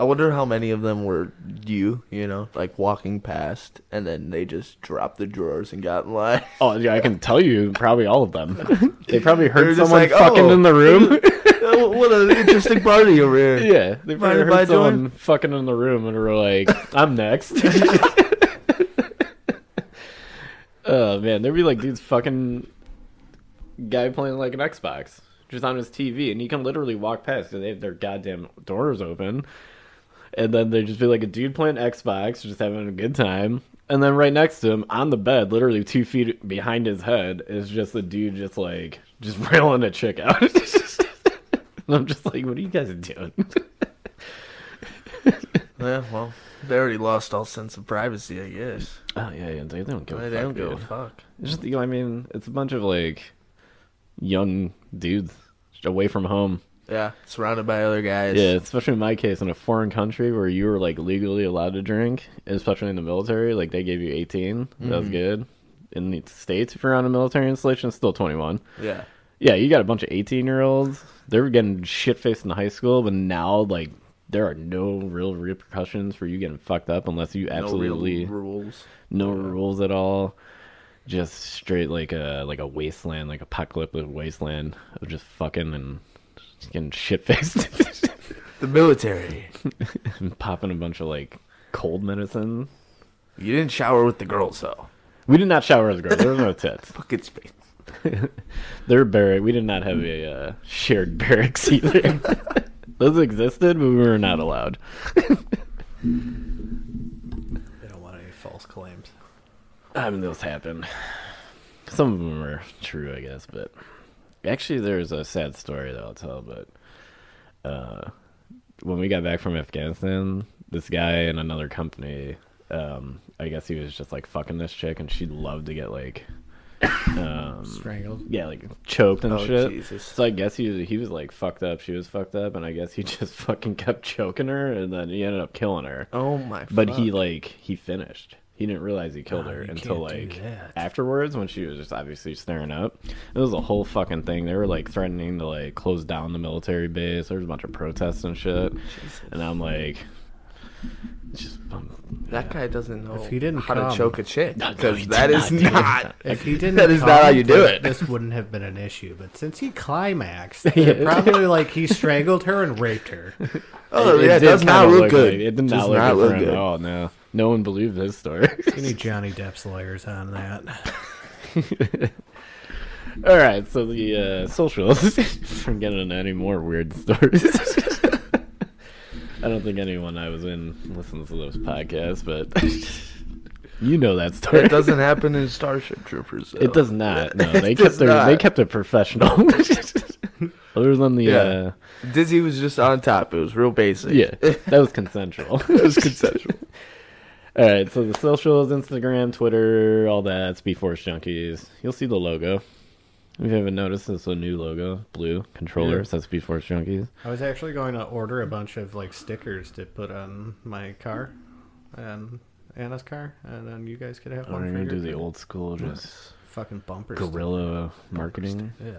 I wonder how many of them were you, you know, like walking past and then they just dropped the drawers and got in line. Oh yeah, I can tell you probably all of them. they probably They're heard just someone like, fucking "Oh." in the room. Oh, what an interesting party over here. Yeah, they Mind probably if I heard someone join? fucking in the room and were like, "I'm next." Oh man, there'd be like these fucking guy playing like an Xbox just on his TV, and you can literally walk past because they have their goddamn doors open, and then they just be like a dude playing Xbox, just having a good time. And then right next to him on the bed, literally two feet behind his head, is just a dude just like just railing a chick out. and I'm just like, what are you guys doing? Yeah, well, they already lost all sense of privacy, I guess. Oh yeah, yeah. They don't give a They fuck. don't give a dude. fuck. It's just, you know, I mean, it's a bunch of like young dudes away from home. Yeah, surrounded by other guys. Yeah, especially in my case, in a foreign country where you were like legally allowed to drink, especially in the military, like they gave you 18. That Mm-hmm. was good. In the states, if you're on a military installation, it's still 21. yeah. Yeah, you got a bunch of 18 year olds. They were getting shit faced in high school, but now like there are no real repercussions for you getting fucked up unless you absolutely No real rules. no rules at all just straight like a like a wasteland like apocalyptic wasteland of just fucking and just getting shit faced The military. and popping a bunch of like cold medicine You didn't shower with the girls though. we did not shower as a girl there was no tits Fucking space. they're barrack we did not have a uh, shared barracks either those existed but we were not allowed They don't want any false claims. I mean, those happen. Some of them are true, I guess, but actually, there's a sad story that I'll tell. But uh, when we got back from Afghanistan, this guy in another company, um, I guess he was just like fucking this chick, and she loved to get like, Strangled. yeah, like choked and Oh, shit. Jesus. So I guess he was, he was like fucked up, she was fucked up, and I guess he just fucking kept choking her, and then he ended up killing her. Oh my. But he fuck. like he finished. He didn't realize he killed Oh, her you until can't do like that. afterwards when she was just obviously staring up. It was a whole fucking thing. They were like threatening to like close down the military base. There was a bunch of protests and shit. And I'm like, it's just um, that guy doesn't know If he didn't how come- to choke a chick No, no, because he that did is not do not. If he didn't, That is not how you do come, it. This wouldn't have been an issue, but since he climaxed, they're probably like he strangled her and raped her. Oh it yeah, it did does not kinda look good. like- it did not Does look good for him at all. No, no one believed his story. You need Johnny Depp's lawyers on that. All right, so the uh, socials. I'm getting into any more weird stories. I don't think anyone I was in listens to this podcast, but you know that story. It doesn't happen in Starship Troopers. Though. It does not. No, they kept does their they not. kept it professional. Other than the Yeah. uh, Dizzy was just on top. It was real basic. yeah, that was consensual. it was consensual. All right, so the socials, Instagram, Twitter, all that's Force Junkies. You'll see the logo. If you haven't noticed, it's a new logo, blue controller. Yeah. Says Force Junkies. I was actually going to order a bunch of like stickers to put on my car, and Anna's car, and then you guys could have We're one. for gonna your do the old school, just fucking bumper. guerrilla marketing. Yeah.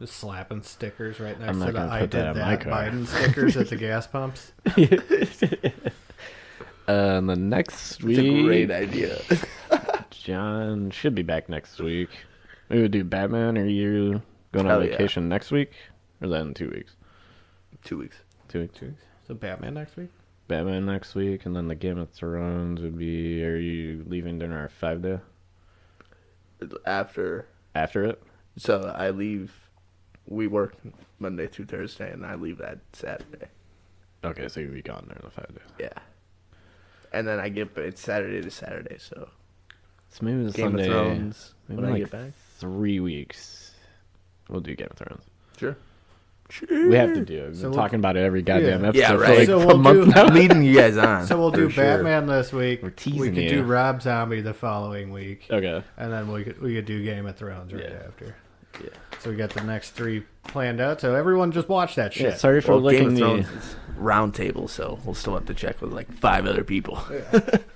Just slapping stickers right next I'm not to the gonna I put did that that, on my car. Biden stickers at the gas pumps. Uh, and the next week, It's a great idea. John should be back next week. Maybe we'll do Batman. Are you going on Hell yeah. vacation next week, or is that in two weeks? Two weeks. Two weeks. So Batman next week? Batman next week, and then the Game of Thrones would be. Are you leaving dinner at five day After, after it? so I leave. We work Monday through Thursday, and I leave that Saturday. Okay, so you'll be gone there the five day. Yeah. And then I get it's Saturday to Saturday, so So maybe the Game Sunday. of Thrones. Maybe when I like get back. three weeks. We'll do Game of Thrones. Sure. We have to do it. We've So been we'll- talking about it every goddamn Yeah. episode Yeah, for right. like So a we'll month do- now. Leading you guys on. So we'll for do sure. Batman this week. We're we teasing could you. do Rob Zombie the following week. Okay. And then we could, we could do Game of Thrones right Yeah. after. Yeah. So we got the next three planned out. So everyone just watch that shit. Yeah, sorry for Well, Game looking of the. Thrones is round table, so we'll still have to check with like five other people.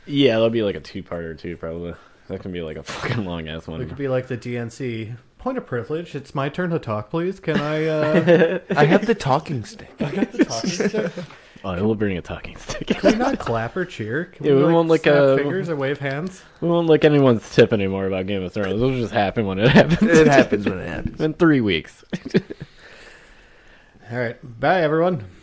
Yeah, that'll be like a two part or two probably. That can be like a fucking long ass It could one. be like the DNC. Point of privilege. It's my turn to talk, please. Can I uh, I have the talking stick. get the talking stick? Oh, we'll bring a talking stick. Can we not clap or cheer? Can Yeah, we won't look, snap uh, fingers or wave hands? we won't look anyone's tip anymore about Game of Thrones. It'll just happen when it happens. It happens when it happens. in three weeks. All right. Bye, everyone.